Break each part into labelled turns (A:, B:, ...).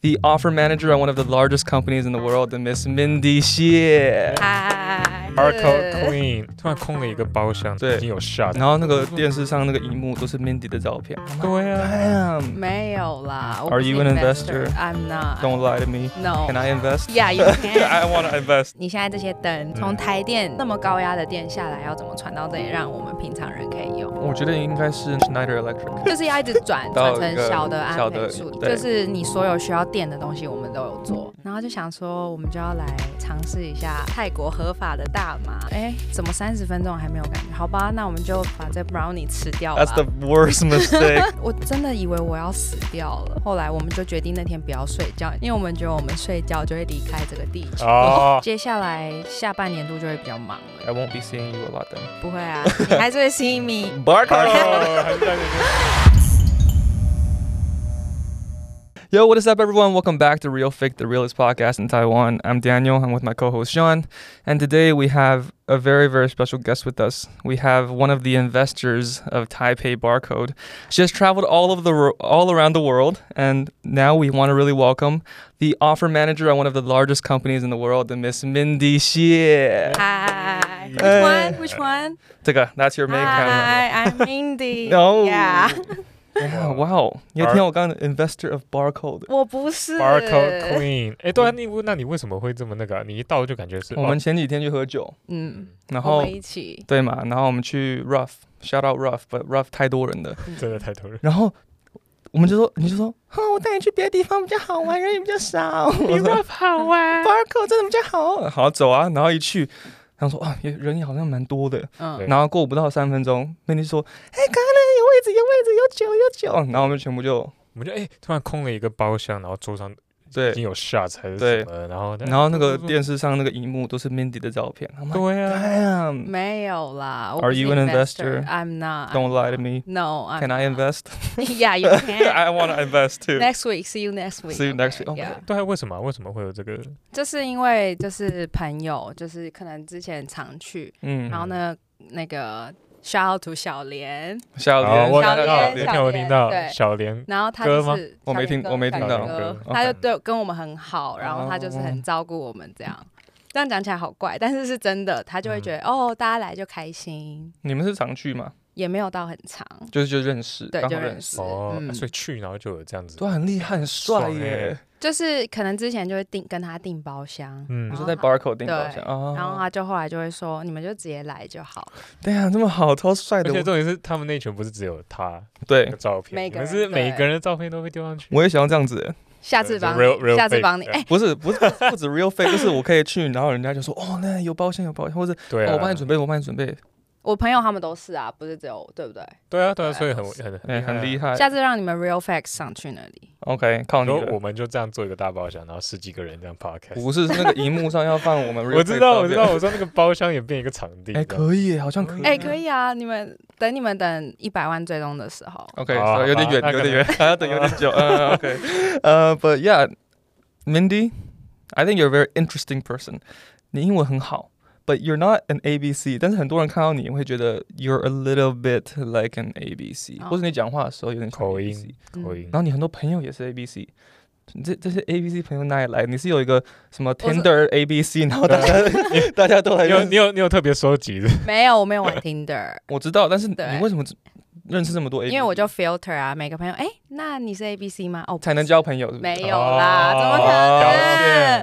A: the offer manager at one of the largest companies in the world, the Miss Mindy Xie。
B: 嗨
C: Hardcore Queen 突然空了一个包厢，
A: 对
C: 已经有 shot。
A: 然后那个电视上那个荧幕都是 Mindy 的照片。
C: 对啊，
A: Damn,
B: 没有啦。我
A: Are
B: 不是
A: you an investor?
B: I'm not.
A: don't lie to me.
B: No.
A: Can I invest?
B: Yeah, you can.
A: I want to invest.
B: 你现在这些灯从台电那么高压的电下来，要怎么传到这里，让我们平常人可以用？
A: 我觉得应该是 Schneider Electric。
B: 就是要一直转
A: 到
B: 转
A: 一
B: 成
A: 个
B: 小的
A: 小
B: 安
A: 的
B: 培数，
A: 对
B: 就是你所有需要电的东西我们都有做，然后就想说我们就要来尝试一下泰国合法的大麻，哎，怎么三十分钟还没有感觉？好吧，那我们就把这 brownie 吃掉吧
A: That's。the worst mistake.
B: 我真的以为我要死掉了，后来我们就决定那天不要睡觉，因为我们觉得我们睡觉就会离开这个地球。
C: 哦，
B: 接下来下半年度就会比较忙了，
A: I won't be seeing you a lot then.
B: 不会啊，你还是会 see me。
A: Barco.
C: 哦还是在那边
A: Yo, what is up, everyone? Welcome back to Real Fake, the realest podcast in Taiwan. I'm Daniel. I'm with my co-host Sean, and today we have a very, very special guest with us. We have one of the investors of Taipei Barcode. She has traveled all of the ro- all around the world, and now we want to really welcome the offer manager at one of the largest companies in the world, the Miss Mindy Xie.
B: 嗨
A: Hi
B: ，Which one? Which one?
A: Taka, that's your main camera.
B: Hi, I'm Mindy.
A: No.
B: Yeah.
A: Yeah, wow.
C: Bar-
A: 哦你听我刚 investor of Barcode。
B: 我不是
C: Barcode Queen。哎，对啊，你那你为什么会这么那个啊？你一到就感觉是
A: 我们前几天去喝酒，
B: 嗯，
A: 然
B: 我
A: 后
B: 们一起。
A: 对嘛，然后我们去 Rough shout out Rough，but Rough 太多人了，
C: 哦真的太多人。
A: 然后我们就说，你就说，哈，我带你去别的地方比较好玩，人也比较少。我 说
C: 好玩
A: Barco 真的比较好，好走啊。然后一去，然后说啊，也人也好像蛮多的。
B: 嗯
C: 对，
A: 然后过不到三分钟，那天说，哎，刚刚那有位置，有位置，有酒，有酒。然后我们全部就
C: 我们就哎，突然空了一个包厢，然后桌上已
A: 对，
C: 经有 shot 还是
A: 对
C: 什么，然后哎
A: 然后那个电视上那个荧幕都是 Mindy 的照片。I'm like,
C: 对啊，
A: Damn,
B: 没有啦。我
A: Are
B: 不是
A: you an investor?
B: I'm not.
A: don't lie to me.
B: No, I'm.
A: Can I invest?
B: Yeah, you can.
A: I want to invest too.
B: Next week, see you next week.
A: See you next week. Oh
B: Okay,
A: Okay.
B: yeah.
C: 对啊，为什么啊为什么会有这个？
B: 就是因为就是朋友，就是可能之前常去，
A: 嗯，
B: 然后呢，那个 shout out to 小莲，
A: 小
C: 好，
A: 莲，
C: 我
B: 小
C: 听到，
B: 莲
C: 那
B: 小
C: 天我
B: 莲
C: 听到
B: 对
C: 小莲
B: 然后他
C: 歌
B: 就
C: 吗
B: 是
A: 我没
B: 小莲
A: 听
B: 哥
A: 我没听
B: 小
C: 到
B: 莲哥
A: 嗯
B: 他
A: OK
B: 就
A: 哦
B: 对跟我们很好，然后他就是很照顾我们这样。这样讲起来好怪，但是是真的，他
A: 嗯
B: 就会觉得、哦，大家来就开心，
A: 你们是常去吗？
B: 也没有到很长，
A: 就是就认识，
B: 对
A: 刚，
B: 就
A: 好
B: 认
A: 认识，
B: 识，
C: 哦，
B: 嗯，
C: 所以去然后就有这样子，
A: 对，很啊厉害，很帅
C: 爽
A: 耶
C: 耶！
B: 就是可能之前就会订跟他订包厢，
C: 嗯
A: 你
B: 然
A: 说
B: 后
A: 在
B: 他
A: Barco 订包
B: 对
A: 厢啊？
B: 然后他就后来就会说，你们就直接来就好了，
A: 对呀，这么好，超帅
C: 而
A: 的
C: 且，重点是他们那群不是只有他
A: 对
C: 的，照片，
B: 每个
C: 可
B: 人
C: 是每
B: 对
C: 个人的照片都会丢上去。
A: 我也想要这样子耶，
B: 下次
C: 就
B: 帮
C: real-
B: 你，
C: real
B: 下次
C: fake，
B: 帮你，
C: 对
B: 哎、
A: 不是不是不止 real fake，就是我可以去，然后人家就说哦，那有包厢有包厢，或者
C: 对啊，
A: 哦我帮你准备，我帮你准备，
B: 我朋友他们都是啊，不是只有我，对不对？
C: 对啊，对啊，
B: 对
C: 所以很很
A: 哎，很厉
C: 害
A: 害。
B: 下次让你们 real facts 上去那里，
A: OK，靠
C: 啊。
A: 你
C: 然后我
A: 了。
C: 们就这样做一个大包厢，然后十几个人这样 podcast。
A: 不是是那个荧幕上要放我们 real fake
C: 我知道，
A: 照
C: 我知
A: 片
C: 道，。我说那个包厢也变一个场地。
A: 哎，可以耶，好像可以。
B: 哎、可。以啊，你们等你们等一百万追踪的时候，
A: OK，
C: 好
A: so 有点
C: 好
A: 远，
C: 那
A: 有
C: 可
A: 点远，
C: 能
A: 还要等有点久。
C: Ah,
A: 呃，OK，呃，But Uh, yeah，Mindy，I think you're a very interesting person。你英文很好，But you're not an ABC。但是很多人看到你会觉得 you're a little bit like an ABC，
B: 哦
A: 或者你讲话的时候有点像
C: 口音
A: ABC
B: 嗯
C: 口音
A: 然后你很多朋友也是 ABC。你这这些 A B C 朋友哪里来？你是有一个什么
B: 我是
A: Tinder A B C，然后大家 大家都来
C: 你有
A: 认
C: 你
A: 识。
C: 有你有特别收集的，
B: 没有，我没有玩 Tinder，
A: 我知道，但是你
B: 对
A: 为什么只认识这么多 A？
B: 因为我就 filter 啊，每个朋友，哎、那你是 A B C 吗？哦，
A: 才能交朋友，是不是？
B: 没有啦，
C: 哦
B: 怎么
A: 哦
B: 可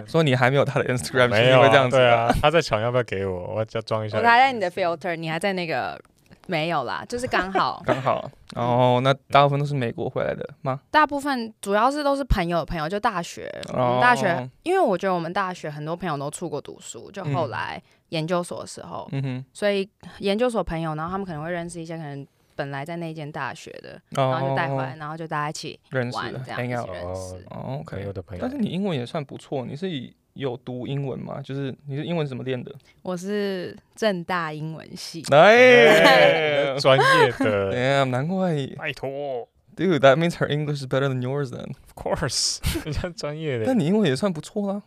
B: 能？
A: 所以你还没有他的 Instagram，
C: 没
A: 是因
C: 有
A: 为
C: 啊
A: 这样子
C: 对
A: 的，
C: 啊，他在抢要不要给我？我要加装一下。
B: 我还在你的 filter，你还在那个没有啦，就是刚好
A: 刚好。哦，那大部分都是美国回来的吗？
B: 大部分主要是都是朋友的朋友，就大学，我
A: 哦
B: 们大学，因为我觉得我们大学很多朋友都出国读书，就后
A: 嗯
B: 来研究所的时候，
A: 嗯
B: 所以研究所朋友，然后他们可能会认识一些可能本来在那间大学的，
A: 哼，哦
B: 然后就带回来，然后就大家一起
A: 认识
B: 玩
A: 了
B: 这样一起
A: ，hang out。
B: 认识。
A: 哦
C: 朋友
A: ，OK。
C: 的朋友。
A: 但是你英文也算不错，你是以有读英文吗？就是你是英文怎么练的？
B: 我是正大英文系，
C: 哎
A: 哎
C: 专业 的，
A: ，Damn，难怪
C: 拜托
A: ，Dude，that means her English is better than yours then。
C: ，of course，人家专业的
A: 但你英文也算不错啊啦。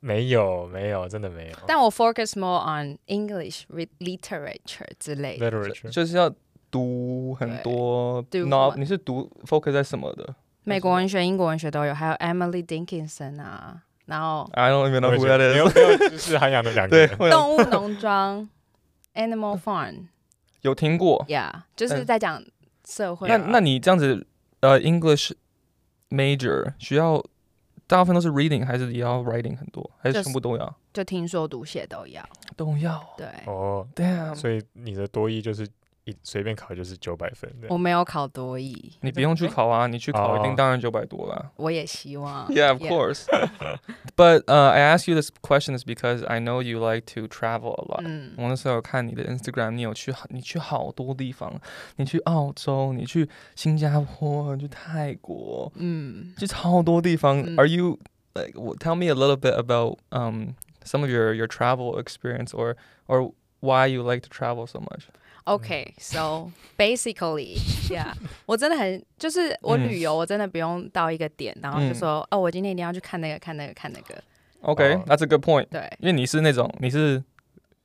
C: 没有没有，真的没有。
B: 但我 focus more on English re- literature 之类的。
C: literature
A: 就是要读很多
B: 对读
A: novel，
B: 什么
A: 你是读 focus 在什么的？
B: 美国文学、英国文学都有，还有 Emily Dickinson 啊，然后
A: I don't even know who that
C: 没有
A: is。
C: 没有知识涵养的两个
A: 对，
C: 人，
A: 我有
B: 动物农庄 Animal Farm，yeah，
A: 有听过。
B: 就是
A: 嗯
B: 在讲社会
A: 那
B: 啊。
A: 那你这样子，呃，English major 需要大部分都是 reading 还是也要 writing 很多，还
B: 就是是
A: 全部都要？
B: 就听说读写都要，
A: 都要。
B: 对。
C: 哦，
A: Damn，
C: 所以你的多一就是一随便考就是九百分的
B: 我，没有考多译，
A: 你不用去考啊，你去考一定
C: 哦
A: 当然九百多了。
B: 我也希望。
A: Yeah, of course. but uh, I ask you this question is because I know you like to travel a lot.
B: 嗯，
A: 我那时候有看你的 Instagram，你有去好，你去好多地方，你去澳洲，你去新加坡，你去泰国，
B: 嗯，
A: 就好多地方。
B: 嗯
A: Are you like w- tell me a little bit about um some of your your travel experience or or why you like to travel so much？
B: Okay, so basically, yeah，我真的很就是我
A: 嗯
B: 旅游，我真的不用到一个点，然后就
A: 嗯
B: 说哦，我今天一定要去看那个、看那个、看那个。
A: Okay,
C: 哦
A: that's a good point.
B: 对，
A: 因为你是那种你是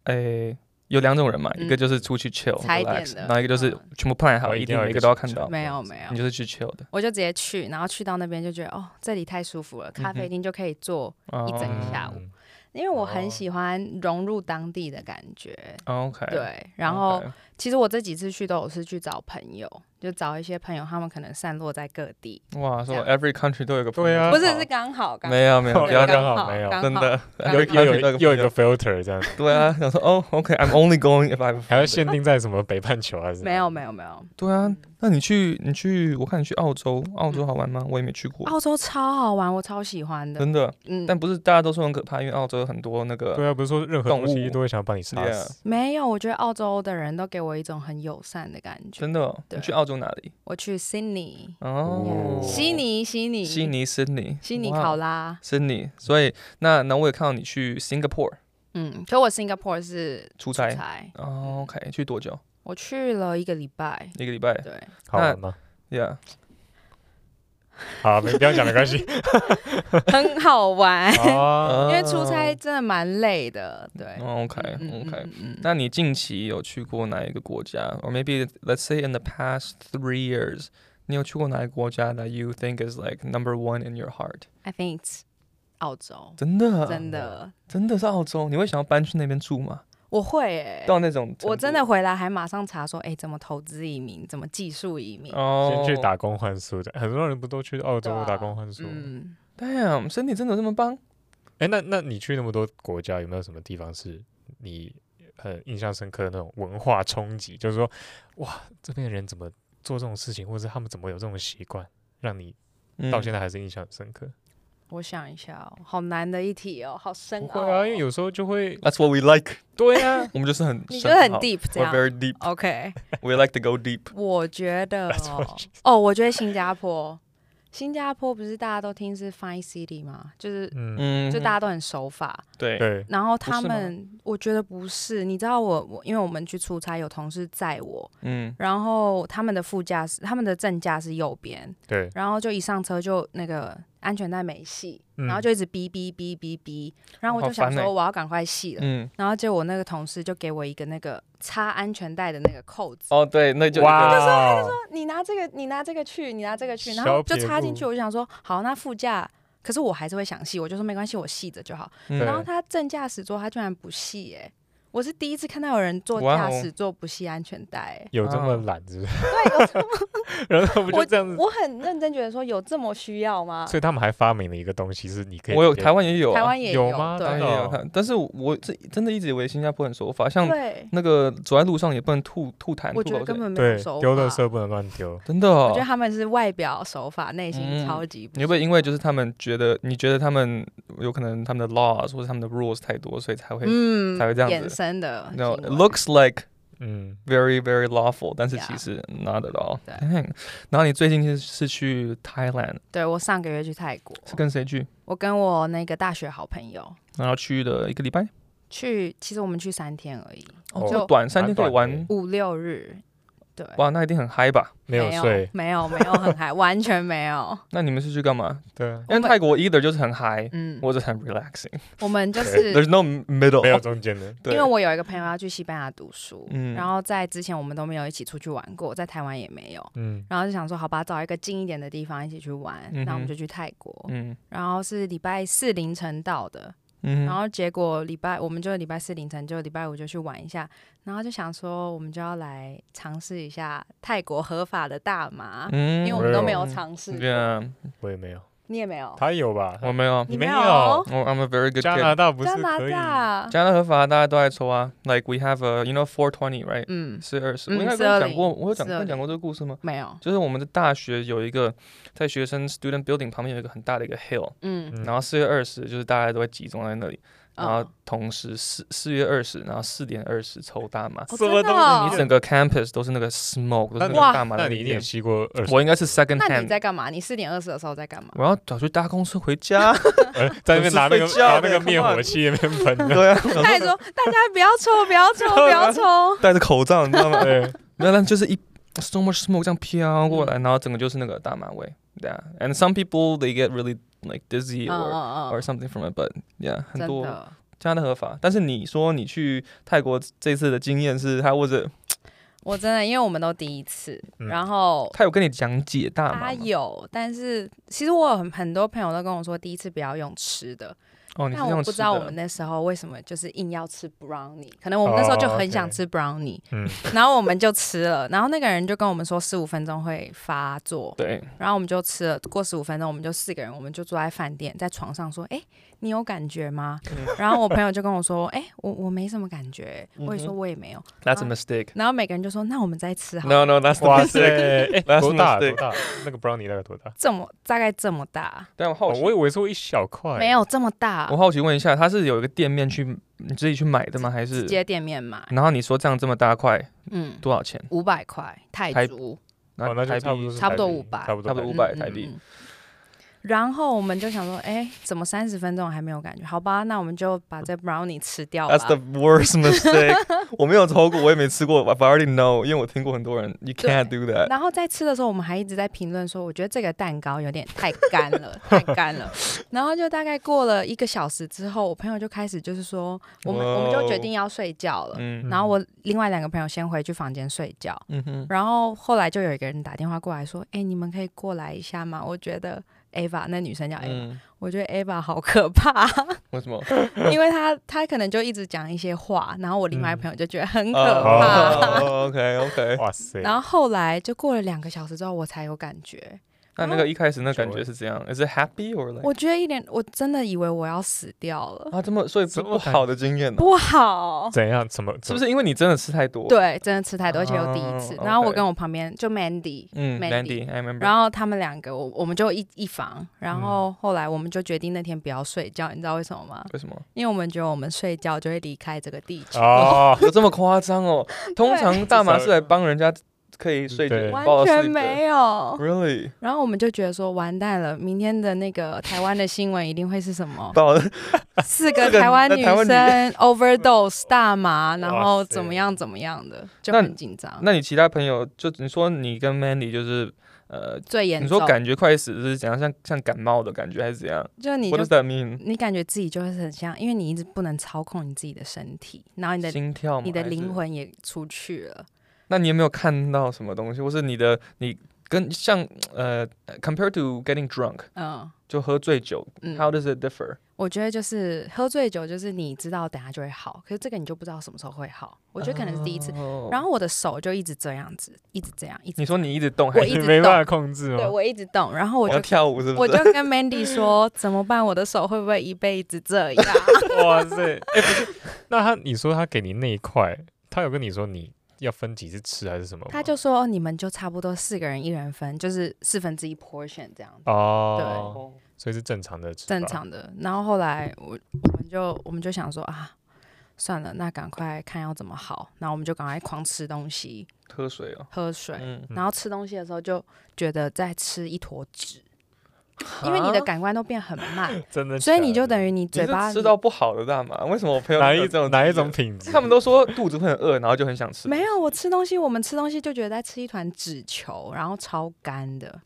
A: 诶。有两种人嘛，
B: 嗯
A: 一个就是出去 chill
B: 踩点
A: relax，
B: 的
A: 然后一个就是
B: 嗯
A: 全部 plan 好，
C: 我
A: 一
C: 一定
A: 定
C: 要
A: 每
C: 一
A: 个
C: 个
A: 都要
C: 出
A: 看
C: 去
A: 到，
B: 没有
C: 这
B: 没
A: 哦你
B: 有，
A: 就是去 chill 的。
B: 我就直接去，然后去到那边就觉得哦，这里太舒服了，
A: 嗯
B: 咖啡厅就可以坐，
A: 一
B: 整一下午
C: 嗯
B: 因为我
A: 哦
B: 很喜欢融入当地的感觉。
A: OK，
B: 对，然后
A: OK
B: 其实我这几次去都有是去找朋友，就找一些朋友，他们可能散落在各地，
A: 哇，说
B: 这样
A: every country 都有个朋
C: 对
A: 友
C: 啊
B: 不是
C: 好
B: 是刚好刚好
A: 没有没有，
C: 好
A: 不要
C: 刚
A: 这样，
C: 好没有
B: 刚好
A: 真的
B: 刚
C: 又
B: 好
C: 又有又有一个
A: 个
C: filter 这样，
A: 对啊，想说哦，OK，I'm only going if I
C: 还要限定在什么北半球还是
B: 没有没有没有，
A: 对啊，那你去你去，我看你去澳洲，澳洲好玩吗？我也没去过，
B: 嗯澳洲超好玩，我超喜欢的。
A: 真的，
B: 嗯，
A: 但不是大家都说很可怕，因为澳洲有很多那个
C: 对啊，不是说任何
A: 动
C: 东西
A: 物
C: 都会想把你杀
A: Yeah
C: 死。
B: 没有，我觉得澳洲的人都给我一种很友善的感觉。
A: 真的哦，
B: 对
A: 你去澳洲哪里？
B: 我去悉尼，
A: 哦，
B: 悉，尼，悉尼，
A: 悉，尼，悉尼，
B: 悉尼
A: 哇哦
B: 考拉。
A: 悉尼，所以那那我也看到你去 Singapore
B: 嗯，可我 Singapore 是
A: 出
B: 出
A: 差。
B: 差，嗯
A: 哦，OK，去多久？
B: 我去了一个礼 拜。
A: 一个礼拜
B: 对，
C: 好玩吗？
A: ，Yeah，
C: 好，没不要讲没 关系。
B: 很好 玩，
C: 哦，
B: 因为出
A: 啊
B: 差
A: 嗯
B: 真的蛮累的。对
A: 哦
B: 嗯嗯
A: OK，OK，
B: 嗯嗯嗯
A: 那你近期有去过哪一个国家？Or maybe let's say in the past three years，你有去过哪一个国家 that you think is like number one in your heart？
B: I think it's 澳洲，
A: 真的啊，
B: 真的，
A: 真的是澳洲，你会想要搬去那边住吗？
B: 我会诶。
A: 到那种程度
B: 我真的回来还马上查说，哎，怎么投资移民，怎么技术移民？
A: 哦
C: 先，去打工换宿的，很多人不都去澳
B: 对
C: 洲
B: 啊
C: 打工换宿？
B: 嗯，
A: Damn，身体真的有这么棒？
C: 哎，那那你去那么多国家，有没有什么地方是你很印象深刻的那种文化冲击？就是说，哇，这边的人怎么做这种事情，或者是他们怎么有这种习惯，让你
A: 嗯
C: 到现在还是印象深刻？
B: 我想一下哦，好难的一题哦，好深
C: 不
B: 奥、
C: 会
B: 哦。
C: 啊，因为有时候就会，
A: That's what we like 。
C: 对啊，
A: 我们就是很
B: 你觉得很
A: 深奥
B: deep 这
A: We're
B: 样。
A: very deep.
B: OK，
A: We like to go deep.
B: 我觉 得
C: That's what
B: 哦，哦，我觉得新加坡，新加坡不是大家都听是 Fine City 吗？就是
C: 嗯，
A: 嗯，
B: 就大家都很守法，
A: 对
C: 对，
B: 然后他
A: 不是吗
B: 们我觉得不是，你知道我我因为我们去出差有同事载我，
A: 嗯
B: 然后他们的副驾驶他们的正驾是右边，
C: 对，
B: 然后就一上车就那个安全带没系，
C: 嗯
B: 然后就一直哔哔哔哔哔，然后我
A: 好
B: 就想
A: 烦欸
B: 说我要赶快系了，
A: 嗯，
B: 然后结果那个同事就给我一个那个插安全带的那个扣子，
A: 哦对，那就
C: 哇，
B: 哦你拿这个，你拿这个去，你拿这个去，然
C: 小
B: 后就
C: 撇
B: 插进
C: 步
B: 去。我就想说，好，那副驾，可是我还是会想系，我就说没关系，我系着就好。
A: 嗯
B: 然后他正驾驶座他居然不系、哎，我是第一次看到有人坐
A: 哇哦
B: 驾驶座不系安全带、哎
C: 有这么
A: 啊
C: 懒是不是？
B: 嗯
C: 然后他们就这样子，
B: 我很认真觉得说，有这么需要吗？
C: 所以他们还发明了一个东西，是你可以
A: 我有
C: 直接
A: 台湾也有啊，
B: 台湾也
C: 有吗
A: 台湾
B: 对
C: 真的
A: 也有
C: 哦
A: 它，但是我这真的一直以为新加坡很守法，像
B: 对，
A: 那个走在路上也不能吐吐痰、
B: 我
A: 吐
B: 觉得
A: 口水
B: 根，本没有
C: 对
B: 手
C: 丢
B: 法
C: 垃。圾不能乱丢，
A: 真的
B: 我
A: 哦、
B: 觉得他们是外表手法，内心
A: 嗯
B: 超级不
A: 你会不会因为就是他们觉得你觉得他们有可能他们的 laws 或者他们的 rules 太多，所以才会、
B: 嗯
A: 才会这样
B: 衍
A: 子
B: 生的
A: no
B: 行
A: it
B: 为
A: looks like
C: 嗯，
A: very very lawful，但是
B: Yeah
A: 其实 not at all
B: 对
A: Dang。然后你最近是是去 Thailand
B: 对我上个月去泰国，
A: 是跟谁去？
B: 我跟我那个大学好朋友，
A: 然后去的一个礼拜
B: 去，其实我们去三天而已，
A: 哦，
C: 哦
A: 这么短三
C: 蛮
A: 天可以
C: 短
A: 玩
C: 的
B: 五六日。对，
A: 哇，那一定很嗨吧？
C: 没有睡，
B: 没有，没有很嗨，完全没有。
A: 那你们是去干嘛？
C: 对啊，
A: 因为
B: 我们
A: 泰国 either 就是很嗨，
B: 嗯，
A: 或者很 relaxing。
B: 我们就
C: 对
B: 是
A: There's no middle。
C: 没有中间的，
A: 对
B: 因为我有一个朋友要去西班牙读书，
A: 嗯
B: 然后在之前我们都没有一起出去玩过，在台湾也没有，
C: 嗯，
B: 然后就想说好吧，找一个近一点的地方一起去玩，
A: 嗯哼
B: 那、我们就去泰国，
A: 嗯
B: 然后是礼拜四凌晨到的，
A: 嗯
B: 然
A: 哼，
B: 后结果礼拜我们就礼拜四凌晨就礼拜五就去玩一下，然后就想说我们就要来尝试一下泰国合法的大麻，
A: 嗯
B: 因为我们都没有
A: 嗯
B: 尝试过，
A: Yeah，
C: 我也没有，
B: 你也没有，
C: 他有吧？
A: 我没有。
C: 你
B: 没
C: 没有
A: 我 I'm a very good
C: 加
A: kid。
C: 拿大不是
B: 加拿
C: 可以？
B: 大，
A: 加拿大合法，大家都爱抽啊。Like we have a you know 420 right？
B: 嗯，
A: 四二十，
B: 嗯
A: 我应该跟
B: 420
A: 你讲过，我有讲
B: 420
A: 跟你讲过这个故事吗？
B: 没有，
A: 就是我们的大学有一个，在学生 student building 旁边有一个很大的一个 hill，、
B: 嗯，
C: 嗯
A: 然后四月二十就是大家都会集中在那里，然后
B: 嗯
A: 同时四四月二十，然后四点二十抽大麻，
B: 哦
C: 什么
B: 真的
C: 东
B: 哦
C: 西？
A: 整个 campus 都是那个 smoke，都是那个
B: 哇
A: 大麻的
C: 那你
A: 味
C: 一定也
A: 道。
C: 吸过二十，
A: 我应该是 second
B: 那你
A: hand，
B: 在干嘛？你四点二十的时候在干嘛？
A: 我要早去搭公车回家。
C: 呃在那边拿那个
A: 我是睡觉
C: 拿那
A: 的
C: 个灭
A: come on
C: 火器那边喷的，
A: 对啊，
B: 他还说大家不要抽，不要抽，不要抽。
A: 戴着口罩，你知道吗？
C: 对，
A: 没有，那就是一 so much smoke 这样飘过
B: 嗯
A: 来，然后整个就是那个大麻味。Yeah，and some people they get really like dizzy
B: 嗯
A: or
B: 嗯
A: or
B: 嗯，
A: something from it，but yeah，很
B: 真
A: 多。
B: 的。
A: 加拿大合法，但是你说你去泰国这次的经验是，他或者
B: 我真的，因为我们都第一次，
C: 嗯
B: 然后
A: 他有跟你讲解大麻
B: 他
A: 吗？
B: 有，但是其实我有很很多朋友都跟我说，第一次不要用吃的，
A: 哦，你是这
B: 但我
A: 样
B: 不
A: 吃
B: 知道我们
A: 的。
B: 那时候为什么就是硬要吃 brownie，可能我们那时候就
A: 哦
B: 很想吃 brownie，、
C: 嗯，
B: 然后我们就吃了，然后那个人就跟我们说十五分钟会发作，
A: 对，
B: 然后我们就吃了，过十五分钟，我们就四个人，我们就坐在饭店，在床上说：“哎、你有感觉吗？”
A: 嗯
B: 然后我朋友就跟我说：“哎、我我没什么感觉。”
A: 嗯哼
B: 我也说：“我也没有。
A: That's a mistake.
B: 然后每个人就说：“那我们再吃好了。
A: No, no, that's the
C: 哇塞
A: mistake.，
C: 哎，
A: That's
C: 多大
A: mistake
C: 多大？那个 brownie 大概多大？
B: 这么大概这么大，
A: 但我好
C: 哦
A: 奇，
C: 我以为是一小块，
A: 哎
B: 没，有这么大
A: 我，好奇问一下，他是有一个店面去你自己去买的吗？还是
B: 直？接店面买，
A: 然后你说这样这么大块
B: 嗯，
A: 多少钱？
B: 五百块泰
A: 台
B: 铢，
C: 哦，那
A: 台
C: 就差不
A: 币
C: 多是
B: 差不多
C: 台币
B: 500
C: 差不多
A: 差不多
C: 台币
A: 500
B: 嗯
A: 台币。
B: 嗯嗯然后我们就想说，哎、怎么三十分钟还没有感觉？好吧，那我们就把这 brownie 吃掉吧。
A: That's the worst mistake. 我没有抽过，我也没吃过。I already know，因为我听过很多人，You can't do that。
B: 然后在吃的时候，我们还一直在评论说，我觉得这个蛋糕有点太干了， 太干了。然后就大概过了一个小时之后，我朋友就开始就是说，我们我们
A: 哇
B: 就
A: 哦
B: 决定要睡觉了。
A: 嗯
B: 然后我另外两个朋友先回去房间睡觉，
A: 嗯哼，
B: 然后后来就有一个人打电话过来说，哎、你们可以过来一下吗？我觉得 Ava 那女生叫 Ava，、
A: 嗯，
B: 我觉得 Ava 好可怕，
A: 为什么？
B: 因为她她可能就一直讲一些话，然后我另外一个朋友就觉得很可怕。
A: 哦嗯 OK OK，
C: 哇塞，
B: 然后后来就过了两个小时之后，我才有感觉。
A: 那那个一开始那感觉
C: 久了
A: 是怎样？Is it happy or like？
B: 我觉得一点，我真的以为我要死掉了，
A: 啊，这么所以不
C: 怎么
A: 不
C: 感
A: 好的经验呢？
B: 不好。
C: 怎样？怎么？
A: 是
C: 怎
A: 不
C: 么？
A: 是因为你真的吃太多？，
B: 对，真的吃太多，而且又第一次。
A: 哦
B: 然后我
A: OK
B: 跟我旁边就 Mandy，
A: 嗯
B: Mandy
A: ，Mandy，I remember。
B: 然后他们两个，我我们就一一房。
A: 嗯
B: 然后后来我们就决定那天不要睡觉，你知道为什么吗？
A: 为什么
B: 因为我们觉得我们睡觉就会离开这个地球，
C: 哦，
A: 有这么夸张 哦？通常大麻是来帮人家可以睡着
C: 对，
A: 抱
B: 完
A: 着
B: 全
A: 睡
B: 没有。
A: ，really
B: 然后我们就觉得说，完蛋了，明天的那个台湾的新闻一定会是 什么？
A: 抱着
B: 四
A: 这
B: 个
A: 个
B: 台湾
A: 那
B: 女
A: 台湾
B: 生 overdose 大麻，然
C: 哇
B: 后
C: 塞
B: 怎么样怎么样的，就
A: 那
B: 很紧张。
A: 那你其他朋友就你说你跟 Mandy 就是呃，
B: 最严
A: 你
B: 重，
A: 说感觉快死是怎样？像像感冒的感觉还是怎样
B: 就你
A: ？What
B: 就
A: does that mean？
B: 你感觉自己就是很像，因为你一直不能操控你自己的身体，然后你的
A: 心跳吗？
B: 你的
A: 还是
B: 灵？魂也出去了。
A: 那你有没有看到什么东西，或是你的你跟像呃，compared to getting drunk
B: 嗯
A: 就喝醉酒
B: 嗯，
A: ，How does it differ？
B: 我觉得就是喝醉酒，就是你知道等下就会好，可是这个你就不知道什么时候会好。我觉得可能是第一次，
A: 哦
B: 然后我的手就一直这样子，一直这样，一直
A: 你说你一直动还
B: 我
A: 是
B: 一直
C: 没
B: 动
C: 办法控制
B: 对
C: 吗？
B: 我一直动，然后我
A: 我要
B: 就。
A: 跳舞是不
B: 我
A: 是？
B: 就跟 Mandy 说怎么办？我的手会不会一辈子这样？
C: 哇塞，哎，不是，那他你说他给你那一块，他有跟你说你要分几次吃还是什么吗？
B: 他就说你们就差不多四个人一人分，就是四分之一 portion 这样子。
C: 哦，所以是正常的吃，
B: 正。常的。然后后来我我们就我们就想说啊，算了，那赶快看要怎么好。然后我们就赶快狂吃东西、
A: 喝水哦。
B: 喝水。
A: 嗯，
B: 然后吃东西的时候就觉得在吃一坨纸，因为你的感官都变很慢，
C: 真的假的，
B: 所以你就等于你
A: 你
B: 嘴巴
A: 是吃到不好的大麻？为什么我朋友
C: 哪
A: 有
C: 一
A: 这种
C: 哪
A: 体
C: 一种
A: 验？
C: 品质？
A: 他们都说肚子会很饿，然后就很想吃。
B: 没有，我吃东西，我们吃东西就觉得在吃一团纸球，然后超干的。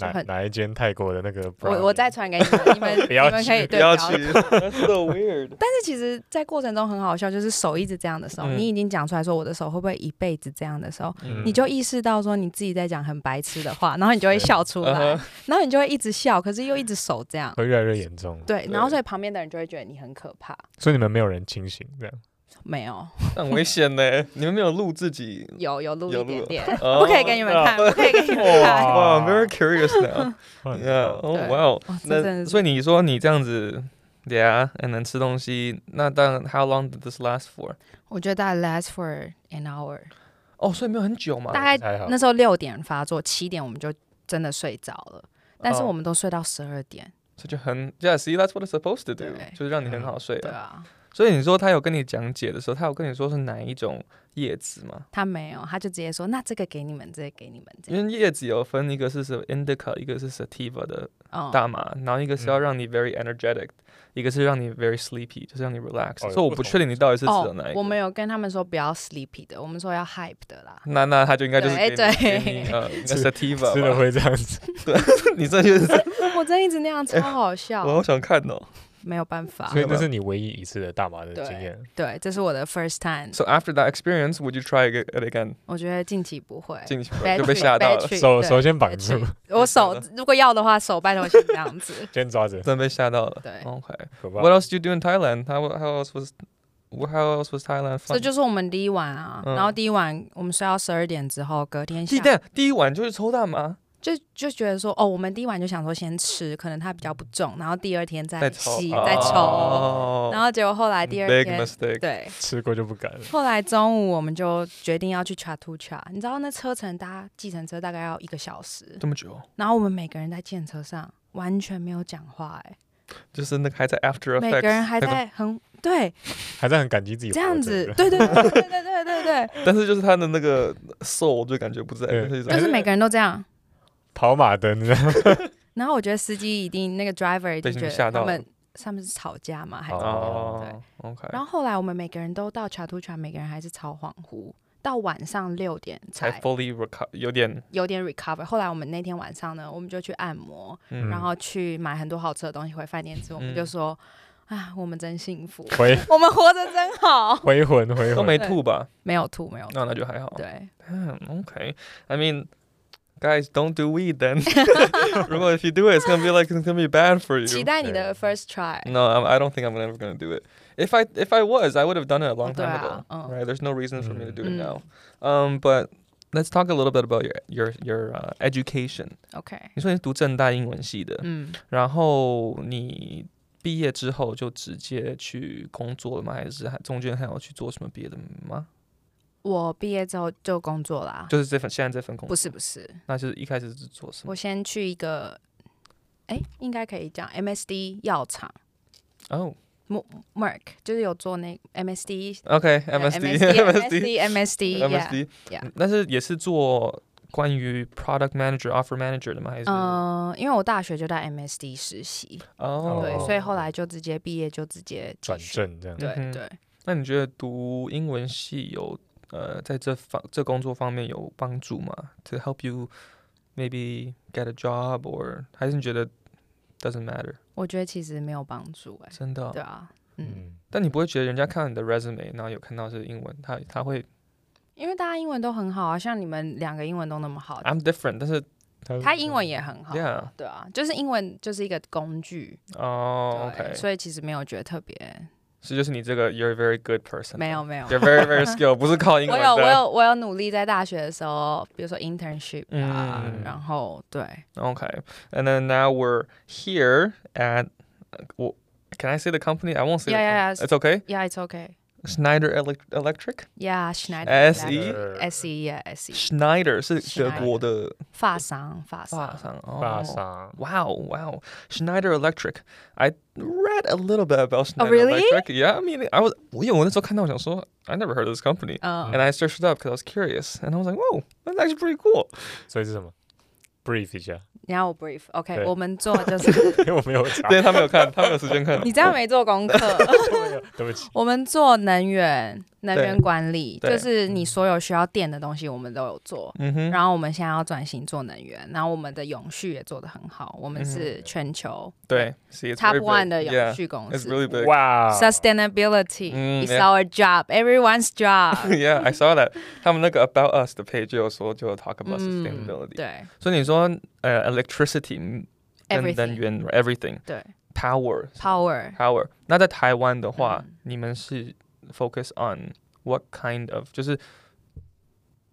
C: 哪
B: 很
C: 哪一间泰国的那个 brownie？
B: 我我再传给你们，你们
C: 不
B: 你
C: 要
B: 们可以
C: 去
A: 不
B: 对
A: 要
B: 不要
A: 吃，That's so weird。
B: 但是其实，在过程中很好笑，就是手一直这样的时候，
A: 嗯
B: 你已经讲出来说我的手会不会一辈子这样的时候，
C: 嗯
B: 你就意识到说你自己在讲很白痴的话，然后你就会
C: 对
B: 笑出来，
A: 嗯哼
B: 然后你就会一直笑，可是又一直手这样。
C: 会越来越严重，
B: 对，
A: 对
B: 然后所以旁边的人就会觉得你很可怕。
C: 所以你们没有人清醒这样。
B: 没有，
A: 很危险呢。你们没有录自己？
B: 有有录
A: 有
B: 一点
A: 录
B: 点，
A: 哦
B: 不可以给你们看，不可以给你们 看。
A: 哇、i m very curious now.
C: 后来
A: Yeah.
C: 哦
A: Oh
B: 对
A: wow.
B: 哇这真
A: 那
B: 的是
A: 所以你说你这样子，Yeah，and then 吃东西，那但 How long did this last for？
B: 我觉得大概 last for an hour，
A: 哦，所以没有很久嘛。
B: 大概
C: 还好
B: 那时候六点发作，七点我们就真的睡着了，但是
A: 哦
B: 我们都睡到十二点。
A: 所以就很 Yeah，see that's what it's supposed to do，
B: 对
A: 就是让你很好睡
B: 对
A: 啊。
B: 啊，
A: 所以你说他有跟你讲解的时候，他有跟你说是哪一种叶子吗？
B: 他没有，他就直接说那这个给你们，这个给你们，这样。
A: 因为叶子有分一个是什么 indica，一个是 sativa 的
B: 嗯，
A: 大麻，然后一个是要
C: 嗯
A: 让你 very energetic，、一个是让你 very sleepy，就是让你 relax、
C: 哦有
A: 所以我
C: 不
A: 不
C: 同
A: 确定你到底是指的
B: 哦
A: 哪一，个。
B: 我们有跟他们说不要 sleepy 的，我们说要 hype 的啦。
A: 那那他就应该就是给
B: 对
A: 你
B: 对
A: 给 你呃应该
C: 吃
A: sativa
C: 吃了
A: 吧，
C: 会这样子，
A: 你这就是
B: 我真一 直那样，超好笑，
A: 我好想看哦。
B: 没有办法
C: 所。以那是你唯一一次的大麻的经验。
B: 对，这是我的 first time，
A: So after that experience, would you try it again？
B: 我觉得近期不会。
A: 进去
B: Bad
A: 就被吓到
B: trip，bad
A: 了
B: trip，，对
C: 手手先绑
B: bad
C: 住，。
B: trip 我手如果要的话，手拜托先这样子
C: 先抓着，
A: 真被吓到了。
B: 对，
A: OK.
C: 可怕
A: What。else did you do in Thailand? How how else was how else was Thailand
B: 这
A: fun?
B: 就是我们第一晚啊。
A: 嗯
B: 然后第一晚我们睡到十二点之后，隔天
A: 第
B: 下
A: 一天第一晚就是抽大麻，
B: 就就觉得说，哦，我们第一晚就想说先吃，可能它比较不重，然后第二天再
A: 在抽
B: 吸
A: 哦
B: 再抽，
A: 哦
B: 然后结果后来第二
A: Big
B: 天
A: mistake.
B: 对。
C: 吃过就不敢了。
B: 后来中午我们就决定要去 Chatucha，你知道那车程搭计程车大概要一个小时，
A: 这么久，
B: 然后我们每个人在计程车上完全没有讲话、
A: 就是那个还在 After
B: 哎，每个
A: Effects，
B: 人还
A: 那个
B: 在很对
C: 还是很感激自己
B: 这样
C: 活着
B: 子
C: 的，
B: 对对对对对对对对对，
A: 但是就是他的那个 soul 就感觉不在，
C: 对
A: 就是一种
B: 就是每个人都这样。
C: 跑马灯这样。
B: 然后我觉得司机一定那个 driver 一
A: 被
B: 定
A: 你
B: 觉
A: 们
B: 得
A: 吓到了
B: 他们他们是吵架嘛，还是
A: 哦，OK，
B: 然后后来我们每个人都到查图船，每个人还是超恍惚，到晚上六点
A: 才
B: 才
A: fully recover，有点，
B: 有点 recover。后来我们那天晚上呢，我们就去按摩，
A: 嗯
B: 然后去买很多好吃的东西回饭店吃，我们就
A: 嗯
B: 说。啊，我们真幸福，
C: 回
B: 我们活着真好，
C: 回魂回
A: 都
C: 魂，
A: 没吐吧？
B: 没有吐，没有吐，
A: 那那就还好。
B: 对，
A: 嗯 OK. I mean, guys, don't do weed then. 如果 if you do it, it's gonna be like it's gonna be bad for
B: 期
A: you.
B: 待你的 first try，
A: No, I'm, I don't think I'm ever gonna do it. If I if I was, I would have done it a long
B: 对
A: time
B: 啊
A: ago.，
B: 嗯，
A: Right? There's no reason for me to do it
B: Oh, Mm.
A: now. Um, but let's talk a little bit about your your your uh, education.
B: OK，
A: 你说你是读正大英文系的，
B: 嗯，
A: 然后你毕业之后就直接去工作了吗？还是还中间还要去做什么别的吗？
B: 我毕业之后就工作啦，
A: 就是这份现在这份工
B: 不
A: 作，
B: 是不是，
A: 那就是一开始是做什么
B: 我？先去一个，哎，应该可以讲 MSD 药厂
A: 哦、
B: Merck，就是有做那 MSD
A: o k
B: 呃
A: MSD
B: MSD MSD yeah，
A: MSD，嗯但是也是做关于 product manager、offer manager 的吗？还是
B: 嗯，因为我大学就在 MSD 实习，
A: 哦，
B: 对，所以后来就直接毕业就直接继
C: 转
B: 续，
C: 正这样。
A: 嗯哼
B: 对对，
A: 那你觉得读英文系有呃在这方这工作方面有帮助吗？To help you maybe get a job or 还是你觉得 doesn't matter？
B: 我觉得其实没有帮助哎，
A: 真的哦、
B: 对啊，嗯，
C: 嗯，
A: 但你不会觉得人家看到你的 resume，然后有看到是英文，他他会
B: 因为大家英文都很好啊，像你们两个英文都那么好，
A: I'm different，但是
B: 他英文也很好，
A: 啊 yeah，
B: 对啊，就是英文就是一个工具，
A: 哦、
B: 对，
A: OK，
B: 所以其实没有觉得特别，
A: 是就是你这个 you're a very good person，
B: 没有 没有。
A: ，you're very very skilled，不是靠英
B: 我
A: 文
B: 有
A: 的。
B: 我有我有努力在大学的时候，比如说 internship 啊，
A: 嗯
B: 然后对
A: Okay, and then now we're here at. uh, w can I say the company? I won't say. the com-
B: Yeah, yeah, yeah, it's-
A: It's okay.
B: ，Yeah it's okay,
A: Schneider Elec- Electric.
B: Yeah Schneider
A: S E
C: 呃
B: S E yeah S E
A: Schneider 是德
B: Schneider
A: 国的
B: 发商发
A: 发
B: 商，
A: 商。
C: 巴
A: 哦。
C: 萨
A: Wow, wow. Schneider Electric. I read a little bit about Schneider
B: Oh, really?
A: Electric. Yeah, I mean, I was. 我有我那时候看到想说 I never heard of this company,
B: 嗯
A: and I
B: Uh-huh.
A: searched it up because I was curious, and I was like, whoa, that's actually pretty cool.
C: 所以是什么？brief 一下，
B: 你要我 brief，OK，、
C: 对
B: 我们做就是
C: 因为我没有查，
A: 对他没有看，他没有时间看。
B: 你这样没做 功课。
C: 我没有对不起，
B: 我们做能源能源管理，
A: 对
B: 就是你所有需要电的东西，我们都有做。
A: 嗯哼，
B: 然后我们现在要转型做能源，然后我们的永续也做得很好，我们是全球
A: 嗯对，see it's
B: top
A: really big.
B: one 的
A: Yeah,
B: 永续公
A: it's
B: 司。
A: really big.
C: 哇
B: 啊
C: 哦
B: Sustainability
A: 嗯
B: is
A: yeah
B: our job, everyone's job。
A: yeah, I saw that. 他们那个 About Us 的 page 就有说就有 talk about
B: 嗯
A: sustainability。
B: Mm, 对
A: 所以你说呃 electricity 跟能
B: ，everything
A: 源 everything
B: 对
A: power
B: power。
A: power。那在台湾的话
B: 嗯，
A: 你们是 focus on what kind of 就是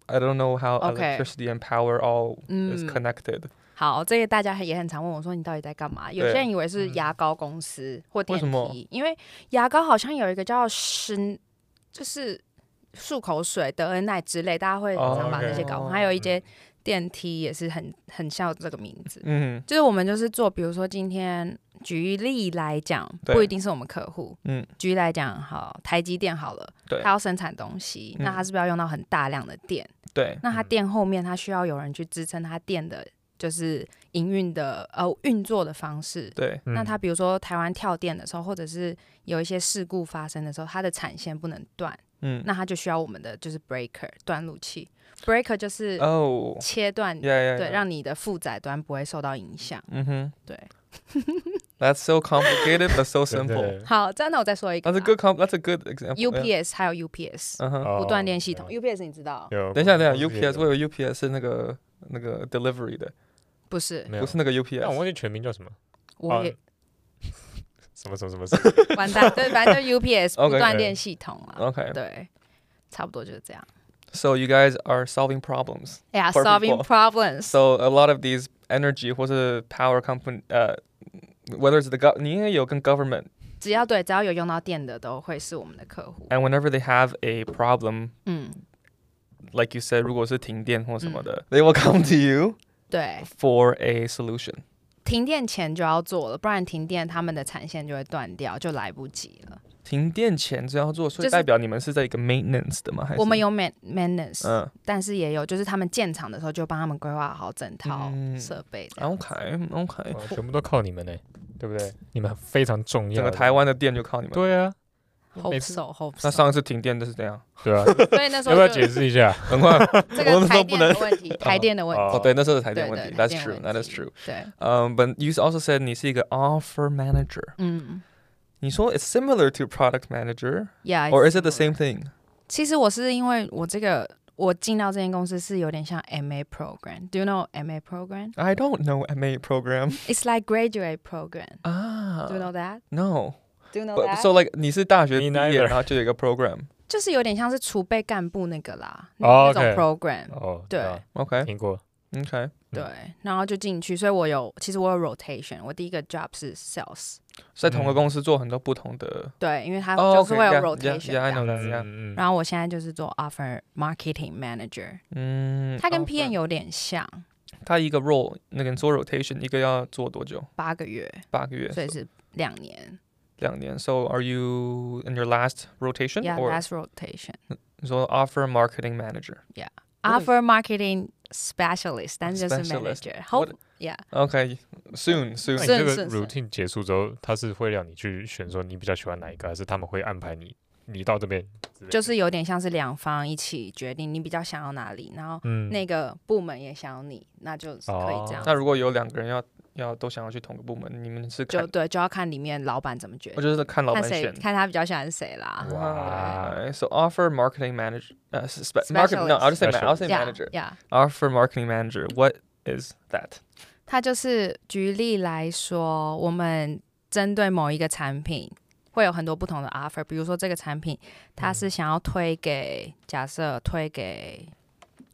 A: I don't know how
B: Okay Mm。
A: electricity and power all is
B: 嗯，
A: connected。
B: 好，这个大家也很常问我说你到底在干嘛？有
A: 对嗯
B: 些人以为是牙膏公司或电
A: 为什么
B: 梯，因为牙膏好像有一个叫生，就是漱口水、德恩奈之类，大家会
A: 哦
B: 很常把那些搞混。
A: OK
B: 还有一些电梯也是很很像这个名字。
A: 嗯
B: 就是我们就是做，比如说今天举例来讲，
A: 对
B: 不一定是我们客户。
A: 嗯，
B: 举例来讲，好，台积电好了，
A: 对
B: 它要生产东西，那
A: 嗯
B: 它是不是要用到很大量的电？
A: 对，
B: 那它
C: 嗯
B: 店后面它需要有人去支撑它店的，就是营运的呃运作的方式。
A: 对，
B: 那
C: 嗯
B: 它比如说台湾跳电的时候，或者是有一些事故发生的时候，它的产线不能断，
A: 嗯。
B: 那它就需要我们的就是 breaker 断路器，breaker 就是
A: 哦
B: 切断。
A: ，yeah yeah，
B: 对，
A: yeah
B: 让你的负载端不会受到影响。
A: 嗯哼，
B: 对。
A: That's so complicated but so
C: 真
A: simple.
C: 的
B: 好，真的我再说一个
A: that's
B: 啦。
A: a good com. That's a good example. yeah.
B: UPS 还有 UPS
A: 嗯哼，
C: 哦
B: 不断电系统
C: 有
B: ，UPS 你知道？
C: 有
A: 等一下，等一
C: 公
A: 下
C: 司也
A: ，UPS
C: 有
A: 我有 UPS 是那个那个 delivery 的，
B: 不是，
C: 没有
A: 不是那个
C: 但我
A: UPS。
C: 忘记全名叫什么，哦
B: 我也
C: 什么什么什么什么，
B: 完蛋，对，反正就 UPS 不
A: OK，
B: 断
C: 对
B: 电系统啊。
A: Okay,
B: 对，差不多就是这样。
A: so you guys are solving problems.
B: Yeah,
A: For
B: solving
A: people.
B: problems.
A: So a lot of these energy 或是 power company，呃，whether it's the gov，你也有跟 government，and
B: 只要对，只要有用到电的，都会是我们的客户。
A: whenever they have a problem。
B: 嗯，
A: Like you said，如果是停电或什么的、t h e y will come to you
B: 对，
A: for a solution。
B: 停电前就要做了，不然停电他们的产线就会断掉，就来不及了。
A: 停电前就要做，所
B: 就
A: 以
B: 是
A: 代表你们是在一个 maintenance 的吗？还是
B: 我们有 man maintenance，、
A: 嗯
B: 但是也有就是他们建厂的时候就帮他们规划好整套
A: 嗯
B: 设备这样子。
A: ，OK OK，
C: 哇啊全部都靠你们呢，对不对？你们非常重要
A: 整
C: 的，
A: 个台湾的电就靠你们。
C: 对啊，每
B: Hope
C: 次
B: so，Hope
A: 那
B: so。
A: 上一次停电就是这样，
C: 对 啊，
B: 所以那时候
C: 要不要
B: 就
C: 解释一 下？
A: 很快
B: 这
A: 我
B: 个
A: 们
B: 台
A: 都不
B: 电
A: 能
B: 的问 题，台电的问
C: 哦
B: 题
A: 哦，，对，那时候是台
B: 对
A: 电
B: 对
A: 问题
B: 台
A: ，That's
B: 电问
A: true,
B: 题
A: that is true.
B: 对，
A: Um, but you also said 你是一个 offer manager.
B: 嗯
A: 你说 it's similar to product manager,
B: ，Yeah。
A: or is it the same thing?
B: 其实我是因为我这个我进到这间公司是有点像 MA program。Do you know MA program?
A: I don't know MA program.
B: It's like graduate program. Do
A: 啊
B: you know that?
A: ，No.
B: Do you know
A: But
B: Ah. that?
A: so like 你是大学毕
C: Me
A: 业，
C: neither.
A: 然后就有一个 program.
B: 就是有点像是储备干部那个啦，
C: 哦
B: 那种
C: OK
B: program。
C: 哦，嗯
B: 对
C: 知道
A: OK,
C: 听过，
A: OK.
B: 对，然后就进去，所以我有其实我有 rotation。我第一个 job 是 sales，
A: 在同个公司做很多不同的。
B: 对，因为它
A: 哦
B: 就
A: ，OK,
B: 是会有
A: yeah,
B: rotation
A: yeah,
B: 这
A: yeah, I
B: 样
A: know that,
C: 嗯
A: yeah.
C: 嗯嗯
B: 然后我现在就是做 offer marketing manager，
A: 嗯，
B: 它跟
A: OK
B: PM 有点像，
A: 它一个 role 那个你做 rotation 一个要做多久？
B: 八个月，
A: 八个月，
B: 所以是两年。
A: 两年。So are you in your last rotation
B: Yeah,
A: or
B: that's rotation.
A: 你说 offer marketing manager? What is-
B: Offer marketing specialist，但是就是
A: Specialist.
B: manager。
A: What-
B: Hope yeah，
A: Okay, soon,
C: 那
A: soon.
C: 你
B: 是
C: 这个
B: 是是
C: routine 结束之后，他是会让你去选说你比较喜欢哪一个，还是他们会安排你，你到这边之类的
B: 就是有点像是两方一起决定你比较想要哪里，然后
C: 嗯
B: 那个部门也想要你，那就是可以这样
C: 哦。
A: 那如果有两个人要要都想要去同个部门，你们是看
B: 就，对，就要看里面老板怎么决
A: 我
B: 定，
A: 就是看老
B: 看
A: 板
B: 谁
A: 选。嗯
B: 看他比较喜欢谁啦。
C: 哇
A: Alright, So offer marketing manager, uh, s- spe- market. No,
B: Specialist.
A: I'll just say ma- I'll say
B: Yeah,
A: manager.
B: yeah，
A: Offer marketing manager. What is that?
B: 他就是举例来说，我们针对某一个产品。会有很多不同的 offer，比如说这个产品，它
A: 嗯
B: 是想要推给、假设推给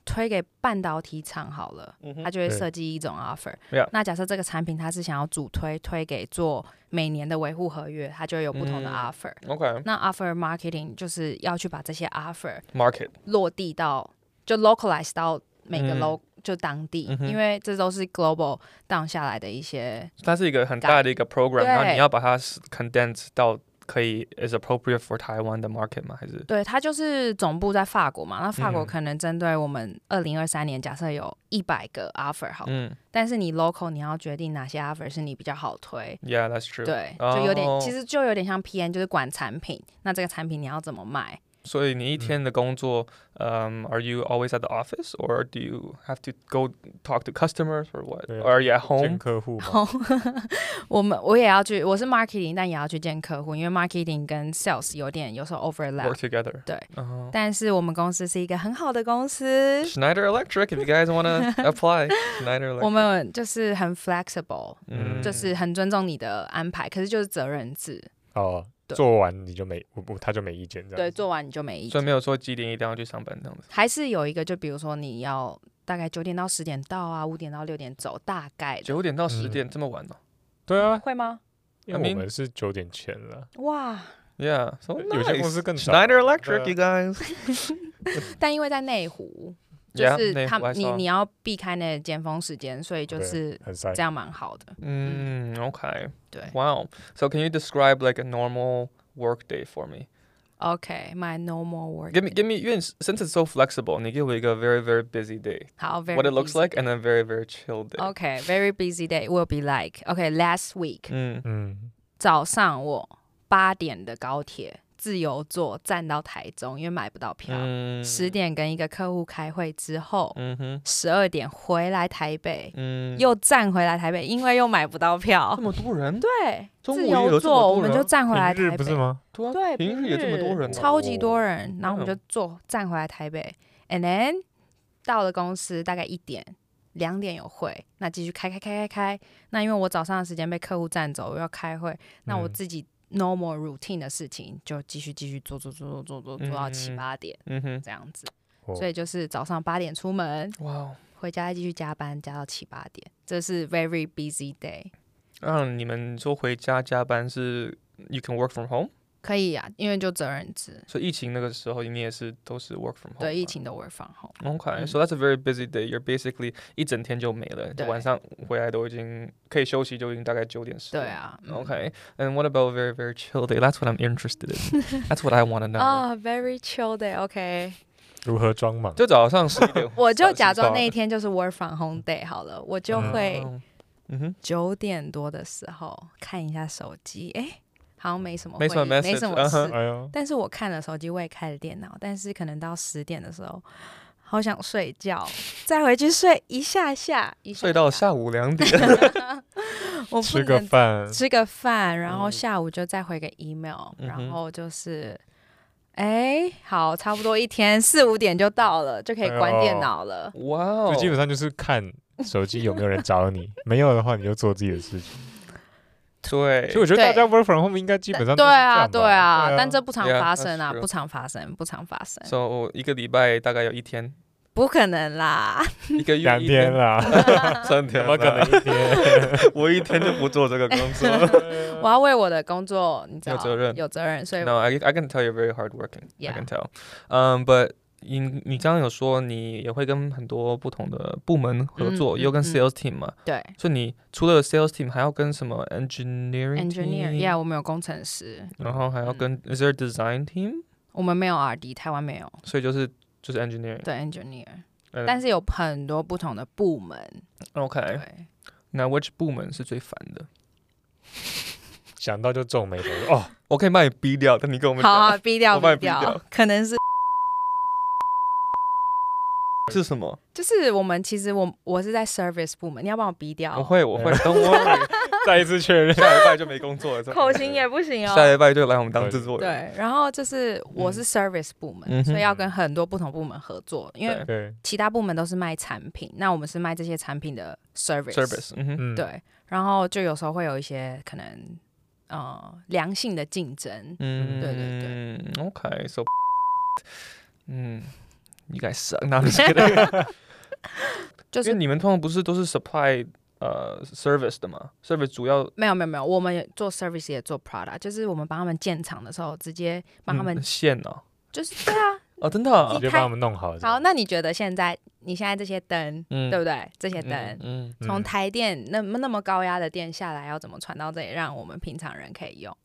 B: 推给半导体厂好了，他就会
C: 对
B: 设计一种 offer
A: 嗯 Yeah。
B: 那假设这个产品它是想要主推推给做每年的维护合约，它就会有不同的
A: 嗯
B: offer。
A: Mm-hmm. Okay,
B: 那 offer marketing 就是要去把这些 offer
A: market.
B: 落地到就 localize 到每个
A: 嗯
B: lo、就当地，
A: 嗯哼
B: 因为这都是 global down 下来的一些
A: 它是一个很大的一个 program，然后你
B: 对
A: 要把它 s- condense 到可以 is appropriate for Taiwan 的 market 吗？还是
B: 对，它就是总部在法国嘛。那法
A: 嗯
B: 国可能针对我们二零二三年，假设有一百个 offer 好，
A: 嗯
B: 但是你 local 你要决定哪些 offer 是你比较好推。
A: ，Yeah, that's true。，
B: 对，就有点，
A: 哦
B: 其实就有点像 PM，就是管产品。那这个产品你要怎么卖？
A: 所以你一天的工作，嗯、a r e you always at the office or do you have to go talk to customers or what?
C: 对啊
A: Or are you at
C: 见
A: home?
C: 客户嘛，
B: 我们我也要去，我是 marketing，但也要去见客户，因为 marketing 跟 sales 有点有时候 overlap
A: Work。together.
B: 对
A: Uh-huh.
B: 但是我们公司是一个很好的公司，
A: Schneider Electric, if you guys want to apply, Schneider
B: 我
A: Electric.
B: 们就是很 flexible，、
A: 嗯
B: 就是很尊重你的安排，可是就是责任制，
C: 哦，
B: 对
C: 做完你就没我我他就没意见这样。
B: 对，，做完你就没意
A: 所以
B: 见。
A: 没有说几点一定要去上班这样子。
B: 还是有一个，就比如说你要大概九点到十点到啊，五点到六点走，大概的
A: 九点到十
C: 嗯
A: 点这么晚哦。
C: 对啊，
B: 会吗？
C: 因
A: I
C: 为
A: mean-
C: 我们是九点前了，
B: 哇！
A: Yeah, so
C: 有些公
A: nice.
C: 司更早。
A: Schneider
C: 对
A: Electric,
C: 啊
A: you guys.
B: 但因为在内湖，就
A: Yeah,
B: 是
A: 内
B: 他
A: 湖，I
B: 们你
A: saw.
B: 你要避开那个尖峰时间，所以就是
C: 很晒
B: 这。样蛮好的。
A: Mm, okay.
B: 对
A: Wow. So can you describe like a normal work day for me?
B: ，OK，my、normal work.
A: Give me, give me. 因为 since it's so flexible, 你给我一个 very very busy day.
B: 好，very
A: what it looks
B: busy
A: like, and a very very chill day.
B: OK，very、busy day will be like OK，last、week、
A: 嗯，
C: 嗯，
B: 早上我八点的高铁自由坐站到台中，因为买不到票。
A: 嗯，
B: 十、点跟一个客户开会之后，
A: 嗯哼，
B: 十二点回来台北，
A: 嗯，
B: 又站回来台北，因为又买不到票
A: 这。么多人，
B: 对，
A: 中
B: 自
A: 午也有
B: 由
A: 这么多
B: 坐，我们
A: 人
B: 就站回来
C: 平日
B: 台
C: 不
B: 北
C: 是。吗？
A: 对啊
B: 对，
A: 平日也这么多人哦，
B: 超级多人。然后我们
A: 嗯
B: 就坐站回来台北，and then 到了公司大概一点。两点有会，那继续开开开开开。那因为我早上的时间被客户占走，我要开会，那我
C: 嗯
B: 自己 normal routine 的事情就继续继续做做做做做做做到
A: 嗯
B: 七
A: 嗯嗯
B: 八点
A: 嗯哼，
B: 这样子。
C: 哦
B: 所以就是早上八点出门，
A: 哇，
B: 回家再继续加班加到七八点，这是 very busy day。
A: 那你们说回家加班是 you can work from home，
B: 可以啊，因为就责任制，
A: 所以疫情那个时候你也是都是 work from home，
B: 对疫
A: 吗。
B: 情的 work from home。
A: Okay,
B: 嗯
A: so that's a very busy day. You're basically 一整天就没了，
B: 对
A: 晚上回来都已经可以休息，就已经大概九点十。
B: 对。啊嗯
A: Okay, and what about very very chill day? That's what I'm interested in. that's what I want to know.
B: 啊、v e r y chill 的，OK。，
C: 如何装忙？
A: 就早上十一点
B: 我
A: 早
B: 就
A: 起
B: 假装
A: 床
B: 那一天就是 work from home day 好了，我就会
A: 嗯嗯哼，
B: 九点多的时候看一下手机，哎、好像没什么
A: 没什么
B: 会议没
A: message，
B: 什么
A: 嗯
B: 事
A: 哼。
C: 哎呦，
B: 但是我看了手机，我也开了电脑，但是可能到十点的时候，好想睡觉，再回去睡一下下，一下
A: 睡到
B: 下，
A: 下 午两点。
B: 我不
C: 吃个
B: 能
C: 饭，
B: 吃个饭，然后
A: 嗯
B: 下午就再回个 email，、
A: 嗯哼
B: 然后就是。哎，好，差不多一天四五点就到了，就可以
C: 哎
B: 关电
C: 呦
B: 脑了。
A: 哇
C: 就
A: 哦，
C: 基本上就是看手机有没有人找你，没有的话你就做自己的事情。所以
A: 对，
C: 我觉得大
B: 对
C: 家 work from home 应该基本上都
B: 对
C: 是
B: 啊，
C: 这
B: 对
C: 样吧
B: 啊，
C: 对
B: 但这不常
A: Yeah,
B: 发生
A: that's
B: 啊，
A: true.
B: 不常发生，不常发生，
A: 所以我一个礼拜大概有一天，
B: 不可能啦。
A: 一个月
C: 两
A: 一
C: 天，啦，
A: 三天啦，
C: 怎么可能一 天？
A: 我一天就不做这个工 作
B: 我要为我的工作，你知道，
A: 有责任
B: 有责任，所以
A: ？No, I I can tell you're very hardworking. I
B: Yeah.
A: can tell. Um, but 你你刚刚有说你也会跟很多不同的部门合作，
B: 嗯
A: 也有跟
B: 嗯嗯
A: sales team 嘛，
B: 对
A: 所以你除了 sales team 还要跟什么 engineering
B: ，engineer，yeah，
A: team，
B: 我们有工程师，
A: 然后还要跟
B: 嗯
A: is there a design team？
B: 我们没有 RD，台湾没有，
A: 所以就是就是 engineering。
B: 对 engineer，
A: 嗯
B: 但是有很多不同的部门，
A: OK，
B: 对，
A: 那 which 部门是最烦的？
C: 想到就皱眉头哦，
A: 我可以把你逼掉，但你跟我们
B: 好
A: 讲
B: 好，逼掉，
A: 我帮你逼
B: 掉
A: 掉，
B: 可能是。
A: 是什么？
B: 就是我们其实我我是在 service 部门，你要帮我逼掉
A: 我
B: 哦，
A: 会，我会。等我
C: 再一次确认。
A: 下礼拜就没工作了，
B: 口型也不行 哦。
A: 下礼拜就来我们当制作人。
B: 对，然后就是我是 service 部门，
A: 嗯哼
B: 所以要跟很多不同部门合作，因为
A: 对
C: 对，
B: 其他部门都是卖产品，那我们是卖这些产品的 service。
A: service，嗯哼，
C: 嗯，
B: 对，然后就有时候会有一些可能呃良性的竞争。
A: 嗯，
B: 对
A: 对
B: Mm-hmm.
A: 对。OK，so，嗯，you Mm. guys suck。那 I'm just kidding
B: 就
A: 因为
B: 是
A: 你们通常不是都是 supply 呃 service 的嘛？service 主要
B: 没有没有没有，我们也做 service 也做 product，就是我们帮他们建厂的时候，直接帮他们、
A: 嗯线呢？
B: 就是对啊。
A: 哦，真的啊
C: 直，接
B: 开
C: 帮我们弄好。
B: 好，，那你觉得现在你现在这些灯，
A: 嗯
B: 对不对？这些
A: 嗯
B: 灯。
A: 嗯，
B: 从
C: 嗯
B: 台电那么那么高压的电下来，要怎么传到这里，让我们平常人可以用？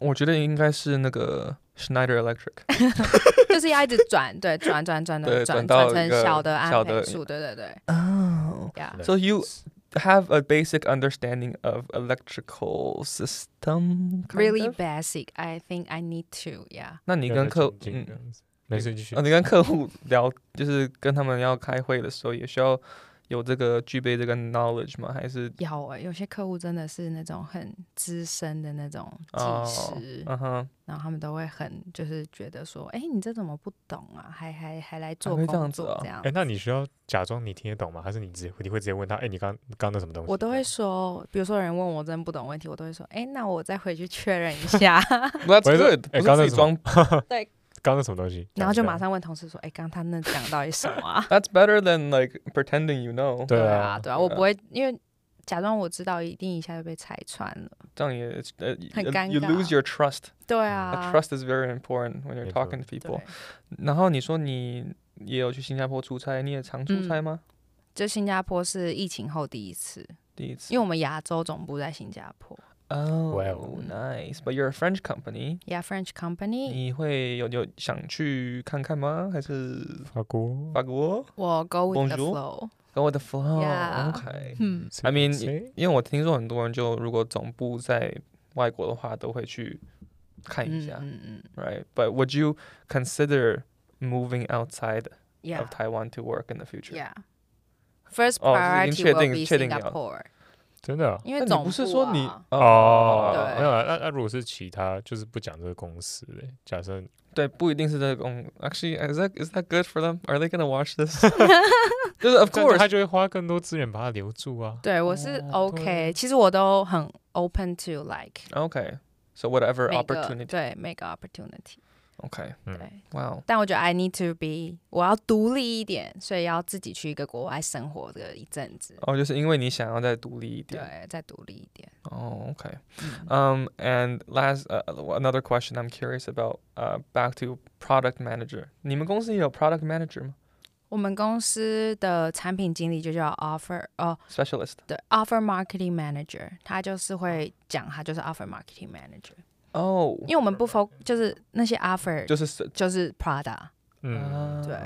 A: 我觉得应该是那个 Schneider Electric。
B: 就是要一直转，对，转转转
A: 对转
B: 转转
A: 到
B: 转
A: 一
B: 成
A: 个
B: 小的
A: 小
B: 安
A: 的
B: 培数，对对对，
A: 哦
B: 呀，
A: So you have a basic understanding of electrical system. kind
B: really
A: of?
B: basic. I think I need to. Yeah.
A: 那你跟客嗯，
C: 没事继续
A: 啊，。你跟客户聊，就是跟他们要开会的时候，也需要有这个具备这个 knowledge 吗？还是
B: 要欸，有些客户真的是那种很资深的那种
A: 哦
B: 技师，
A: 嗯 哼，
B: 然后他们都会很就是觉得说，哎、你这怎么不懂啊？还还还来做
A: 会
B: 工
A: 这
B: 作
A: 样子哦
B: 这样
C: 哎，那你需要假装你听得懂吗？还是你直接你会直接问他？哎，你刚刚那什么东西？
B: 我都会说，比如说有人问我真不懂问题，我都会说，哎、那我再回去确认一下，
A: That's
C: 我也是
A: good，不
C: 哎
A: 是
C: 刚才
A: 自己
C: 什么
A: 装。
C: 刚那什么东西？
B: 然后就
C: 这样
B: 马。上问同事说，哎、刚刚他那讲到底什么啊？
A: That's better than like pretending you know。
C: 对啊
B: 啊，对啊，我
A: 对啊
B: 不会因为假装我知道，一定一下就被拆穿了。
A: 这样也呃
B: 很尴
A: ，you lose
B: 尬
A: your trust。
B: 对
A: 那
B: 啊，
A: Trust is very important when you're
C: 没错
A: talking to
B: 对
A: people。，然后你说你也有去新加坡出差，你也常出
B: 嗯
A: 差吗？
B: 就新加坡是疫情后第一次，
A: 第一次
B: 因为我们亚洲总部在新加坡。
A: 哦、
C: Wow.
A: nice. But you're a French company，、
B: Yeah, French company。
A: 你会有有想去看看吗？还是
C: 法国
A: 法国
B: 我 go with the
A: Bonjour
B: flow。
A: ？Go with the flow.
B: Yeah.
A: OK.
B: 嗯，
A: I mean-
C: 谁
A: 因为我听说很多人就如果总部在外国的话，都会去看一
B: 嗯
A: 下、
B: 嗯嗯
A: r i g h t But would you consider moving outside
B: ，Yeah,
A: of Taiwan to work in the future？
B: yeah. First
A: 哦这是已经
B: priority
A: 确
B: will
A: 定
B: be
A: 确定了
B: Singapore，
C: 真的啊？
B: 因
A: 那
B: 为
A: 你
B: 总
A: 不是
B: 部
A: 说你
B: 啊
C: 哦，
B: 对
C: 没有啊。那那如果是其他，就是不讲这个公司的，假设
A: 对，不一定是这个公。Actually, is that is that good for them? Are they gonna watch this? 就是 of
C: 这样子
A: course，
C: 他就会花更多资源把它留住啊。
B: 对我是
C: 哦
B: OK，其实我都很 open to like
A: Okay. So whatever
B: 每个
A: opportunity.
B: 对每个 opportunity，
A: Okay.
C: 嗯，
B: 对。
A: Wow.
B: 但我觉得 I need to be，我要独立一点，所以要自己去一个国外生活个一阵子，
A: 哦，就是因为你想要再独立一点。
B: 对，再独立一点。
A: 哦，OK。
B: 嗯
A: Um, and last, uh, another question I'm curious about. Uh, back to product manager. 你们公司也有 product manager 吗
B: 我们公司的产品经理就叫 offer 哦，
A: ？Specialist.
B: 对，offer marketing manager，他就是会讲他就是 offer marketing manager，
A: 哦，
B: 因为我们不 f o 就是那些 offer
A: 就是哦
B: 就是 Prada，
C: 嗯，
B: 对，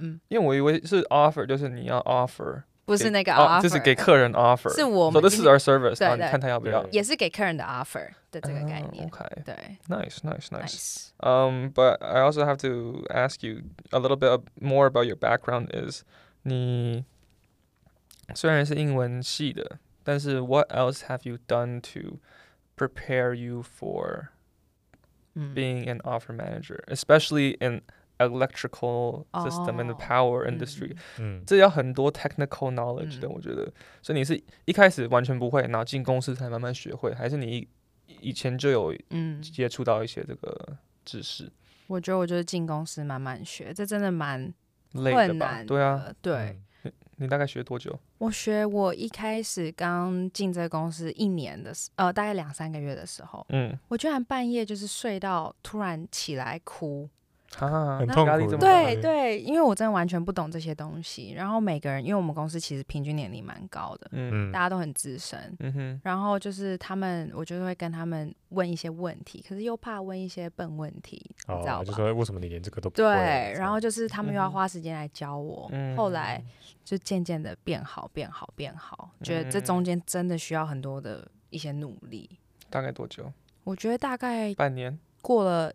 B: 嗯，
A: 因为我以为是 offer，就是你要 offer，
B: 不是
A: 给
B: 那个
A: 哦
B: offer，
A: 就是给客人 offer。
B: 是我
A: 说
B: 们
A: this is
B: 今天
A: our service，
B: 对
A: 然后你
B: 对
A: 看他要不
C: 对
A: 要。Oh,
B: 也是给客人的 offer 的这个概念，
A: Okay.
B: 对
A: Nice, nice, 哦 nice.
B: ，nice，
A: Um, but I also have to ask you a little bit ab- more about your background. Is 你虽然是英文系的，但是 what else have you done to prepare you for
B: 嗯
A: being an offer manager, especially in electrical system and the
B: 哦，
A: power industry?
C: 嗯，
A: 这要很多 technical knowledge
B: 嗯。
A: 的，我觉得。所以你是一开始完全不会，然后进公司才慢慢学会，还是你以前就有接触到一些这个知识？
B: 嗯，我觉得我就是进公司慢慢学，这真的蛮
A: 累的
B: 困
A: 吧？
B: 难
A: 对啊，
B: 的，对。
A: 你大概学多久？
B: 我学我一开始刚进这公司一年的时，呃，大概两三个月的时候，
A: 嗯，
B: 我居然半夜就是睡到突然起来哭。
A: 啊，
C: 很
A: 那
C: 痛
A: 压力
C: 苦
A: 这么
C: 的
A: 大
B: 对
C: 嗯
B: 对，因为我真的完全不懂这些东西。然后每个人，因为我们公司其实平均年龄蛮高的，
A: 嗯
C: 嗯
B: 大，家都很资深。
A: 嗯哼，
B: 然后就是他们，我就会跟他们问一些问题，可是又怕问一些笨问题，你知道
C: 哦，就
B: 吧？
C: 说为什么你连这个都不
B: 对
C: 会啊，
B: 然后就是他们又
A: 嗯
B: 要
A: 哼
B: 花时间来教我。
A: 嗯，嗯
B: 后来就渐渐的变好，变好，变好。觉得这中间真的需要很多的一些努力。
A: 大概多久？
B: 我觉得大概
A: 半年
B: 过了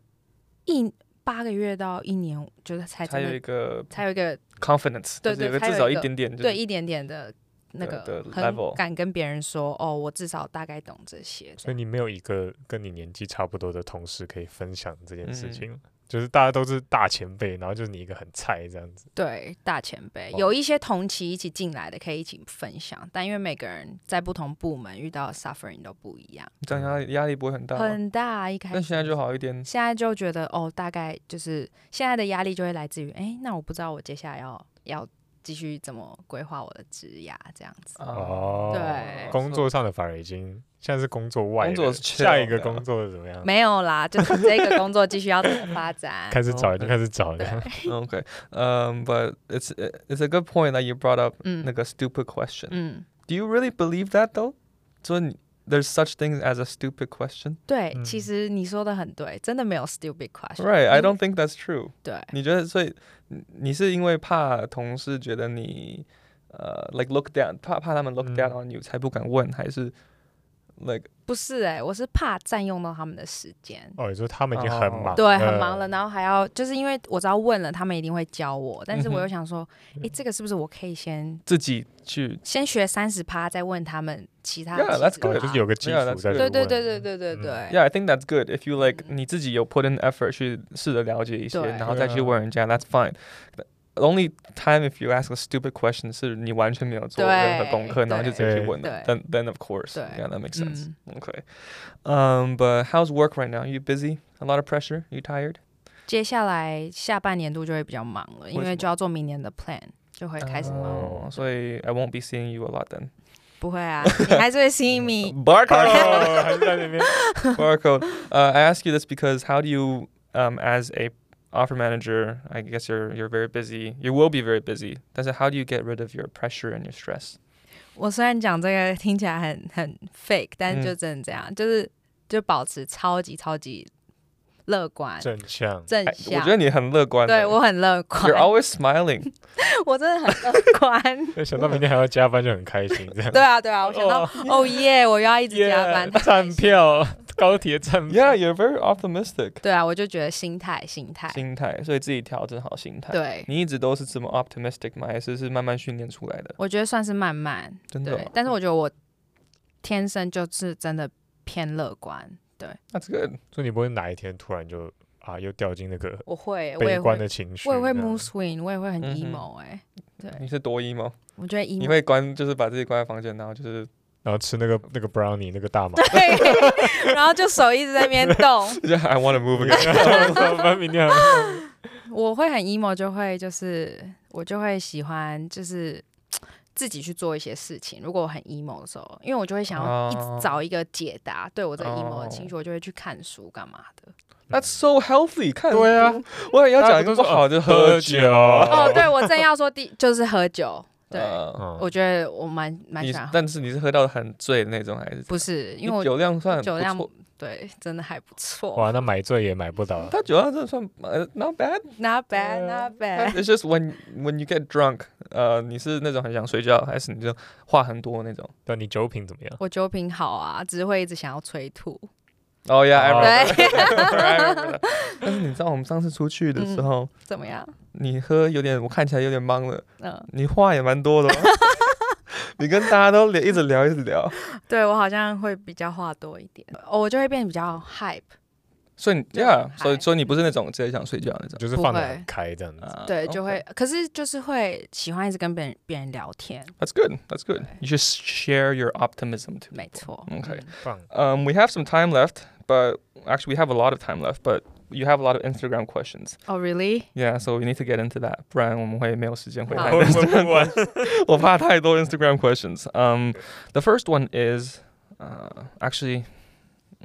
B: 一八个月到一年，就是才
A: 才
B: 真
A: 有
B: 的
A: 一个
B: 才有一个
A: confidence，
B: 对
A: 就是有个
B: 对才有
A: 至少
B: 一
A: 一
B: 个
A: 点点，
B: 对，一点点的那
A: 的的
B: 个
A: level
B: 很敢跟别人说哦，我至少大概懂这些。
C: 所以你没有一个跟你年纪差不多的同事可以分享这件事
A: 嗯
C: 情，就是大家都是大前辈，然后就是你一个很菜这样子。
B: 对大前辈
C: 哦
B: 有一些同期一起进来的可以一起分享，但因为每个人在不同部门遇到的 suffering 都不一样，
A: 这样压力压力不会很大吗。
B: 很大。一开
A: 但
B: 始
A: 现在就好一点，
B: 现在就觉得哦，大概就是现在的压力就会来自于，哎，那我不知道我接下来要要继续怎么规划我的职涯这样子。
A: 啊
B: 对
C: 哦工作上的反而已经现在是工作外
A: 工
C: 的，
A: 作是
C: 下
A: chill
C: 一个
A: 的
C: 工作怎么
A: 嗯
C: 样？
B: 没有啦，就是 这个工作继续要怎么发展。
C: 开始找就
A: OK
C: 开始找的
B: 对，
A: Okay, um, but it's it's a good point that you brought up
B: 嗯
A: 那个 stupid question.
B: 嗯，
A: Do you really believe that though? 说你 there's such things as a stupid question?
B: 对，
C: 嗯
B: 其实你说的很对，真的没有 stupid question。
A: Right, I
B: 因为
A: don't think that's true.
B: 对
A: 你觉得所以你是因为怕同事觉得你呃 like look down 怕怕他们 look down on you 才不敢问，还是 like
B: 不是哎、我是怕占用到他们的时间。
C: 哦，你说他们已经很
A: 哦
C: 忙了，
B: 对，很忙了，然后还要就是因为我知道问了，他们一定会教我，但是我
A: 嗯
B: 又
A: 哼
B: 想说，诶，这个是不是我可以先
A: 自己去
B: 先学三十趴，再问他们其他
A: Yeah,
B: 的
A: that's
B: 几
C: 哦，
B: 个
A: 对 good.
C: 就是有个基
A: Yeah,
C: 础
A: that's
C: 在这
A: good.
C: 个
B: 对
C: 问。
B: 对对对对对
C: 嗯
B: 对，
A: Yeah, I think that's good. If you like
B: 嗯。
A: 你自己有 put in effort 去试着了解一些，
B: 对。
A: 然后再去问人家 that's fine. The only time if you ask a stupid question
B: 对，
C: 对。
A: 是你完全没有做任何功课，然后就直接去问的。
B: 对。
A: Then then of course,
B: 对。Mm。
A: yeah, that makes sense.
B: 嗯
A: Okay. Um, but how's work right now? you busy? A lot of pressure? You tired?
B: 接下来下半年度就会比较忙了，因
A: 为什
B: 为
A: 么
B: 就要做明年的 plan，就会开始忙。
A: 哦所以 Oh, I won't be seeing you a lot then.
B: 不会啊，你还是会吸引你。
A: Barcode,
C: 哦，还是在那边。
A: barcode. Uh, I ask you this because how do you, um, as a offer manager, I guess you're you're very busy. You will be very busy. 但是 how do you get rid of your pressure and your stress?
B: 我虽然讲这个听起来很很 fake，但
C: 嗯
B: 是就真的这样，就是就保持超级超级乐观
C: 正 向，
B: 正
A: 哎我
B: 向
A: 觉。得你很乐观的。
B: 对我很乐观
A: You're always smiling.
B: 我真的很乐观。
C: 想到明天还要加班就很开心，这样。
B: 对啊，对啊，我 想到
C: 哦
A: Oh.
B: 哦耶，我又要一直加班。太开
C: 站
B: 心
C: 票， 高铁站
A: Yeah,
C: 票。
A: you're very optimistic.
B: 对啊，我就觉得心态，心态，
A: 心态，所以自己调整好心态。
B: 对，
A: 你一直都是这么 optimistic 吗？还是是慢慢训练出来的？
B: 我觉得算是慢慢。
A: 真的、
B: 对
A: 哦，。
B: 但是我觉得我天生就是真的偏乐观。
A: That's good.
C: 所以你不会哪一天突然就啊又掉进那个
B: 我会，我
C: 悲
B: 也
C: 观
B: 会，
C: 的情绪
B: 我
C: 这
B: 也
C: 样？
B: 会 mood swing，我也会很
A: 嗯哼
B: emo 哎、对
A: 你是多 emo，
B: 我觉得
A: 你
B: emo。
A: 会关，就是把自己关在房间，然后就是
C: 然后吃那个那个 brownie 那个大麻。
B: 对， 然后就手一直在那边动，
A: Yeah, I want to move again.
C: 反正明天还要
B: 我会很 emo，就会就是我就会喜欢就是自己去做一些事情。如果我很 emo 的时候，因为我就会想要一
A: 哦
B: 直找一个解答，对我这个 emo
A: 哦
B: 的情绪，我就会去看书干嘛的。
A: That's so healthy. 看，
C: 对啊，
A: 我也要
C: 大
A: 讲
C: 家
A: 一
C: 不
A: 个
C: 都
A: 不
C: 说
A: 好就
C: 喝
A: 酒。
C: 酒
B: 哦，对，我正要说第就是喝酒，对、
A: 呃
C: 嗯
B: 我觉得我蛮蛮
A: 你
B: 喜
A: 是
B: 欢喝，
A: 但是你是喝到很醉的那种还是？
B: 不是因为
A: 你
B: 我
A: 酒量算
B: 酒
A: 不
B: 量
A: 错，
B: 对真的还不错
C: 哇，那买醉也买不到。
A: 他酒量真的算呃 not bad.
B: ，not
A: 对
B: bad not bad，
A: It's just when when you get drunk，呃，你是那种很想睡觉，还是你就话很多那种
C: 对，你酒品怎么样？
B: 我酒品好啊，只是会一直想要催吐，
A: ？Oh yeah, I
C: 哦
A: remember.
B: 对，
A: I remember. 但是你知道我们上次出去的时候，
B: 怎么样？
A: 你喝有点，我看起来有点懵了。
B: 嗯，
A: 你话也蛮多的、 哦，你跟大家都聊，一直聊，一直聊，
B: 对我好像会比较话多一点，哦，我就会变得比较 hype，
A: 所以你
B: 就
A: yeah，
B: 很
A: 所以
B: 嗨
A: 所以你不是那种直接想睡觉那种，
C: 就是
B: 不
C: 放得
B: 会
C: 很开这样子。
A: 啊
B: 对，就
A: OK
B: 会，可是就是会喜欢一直跟别人别人聊天，
A: That's good. That's good.
B: 对。
A: You should share your optimism to
B: 没
A: people.
B: 错
A: OK
B: 嗯
C: 放
A: Um, we have some time left, but actually we have a lot of time left, but you have a lot of Instagram questions.
B: 哦，really？
A: Yeah, so we need to get into that. 不然我们会没有时间回答
B: 好。
A: Instagram questions. 我怕太多 Instagram questions. Um, the first one is, uh, actually,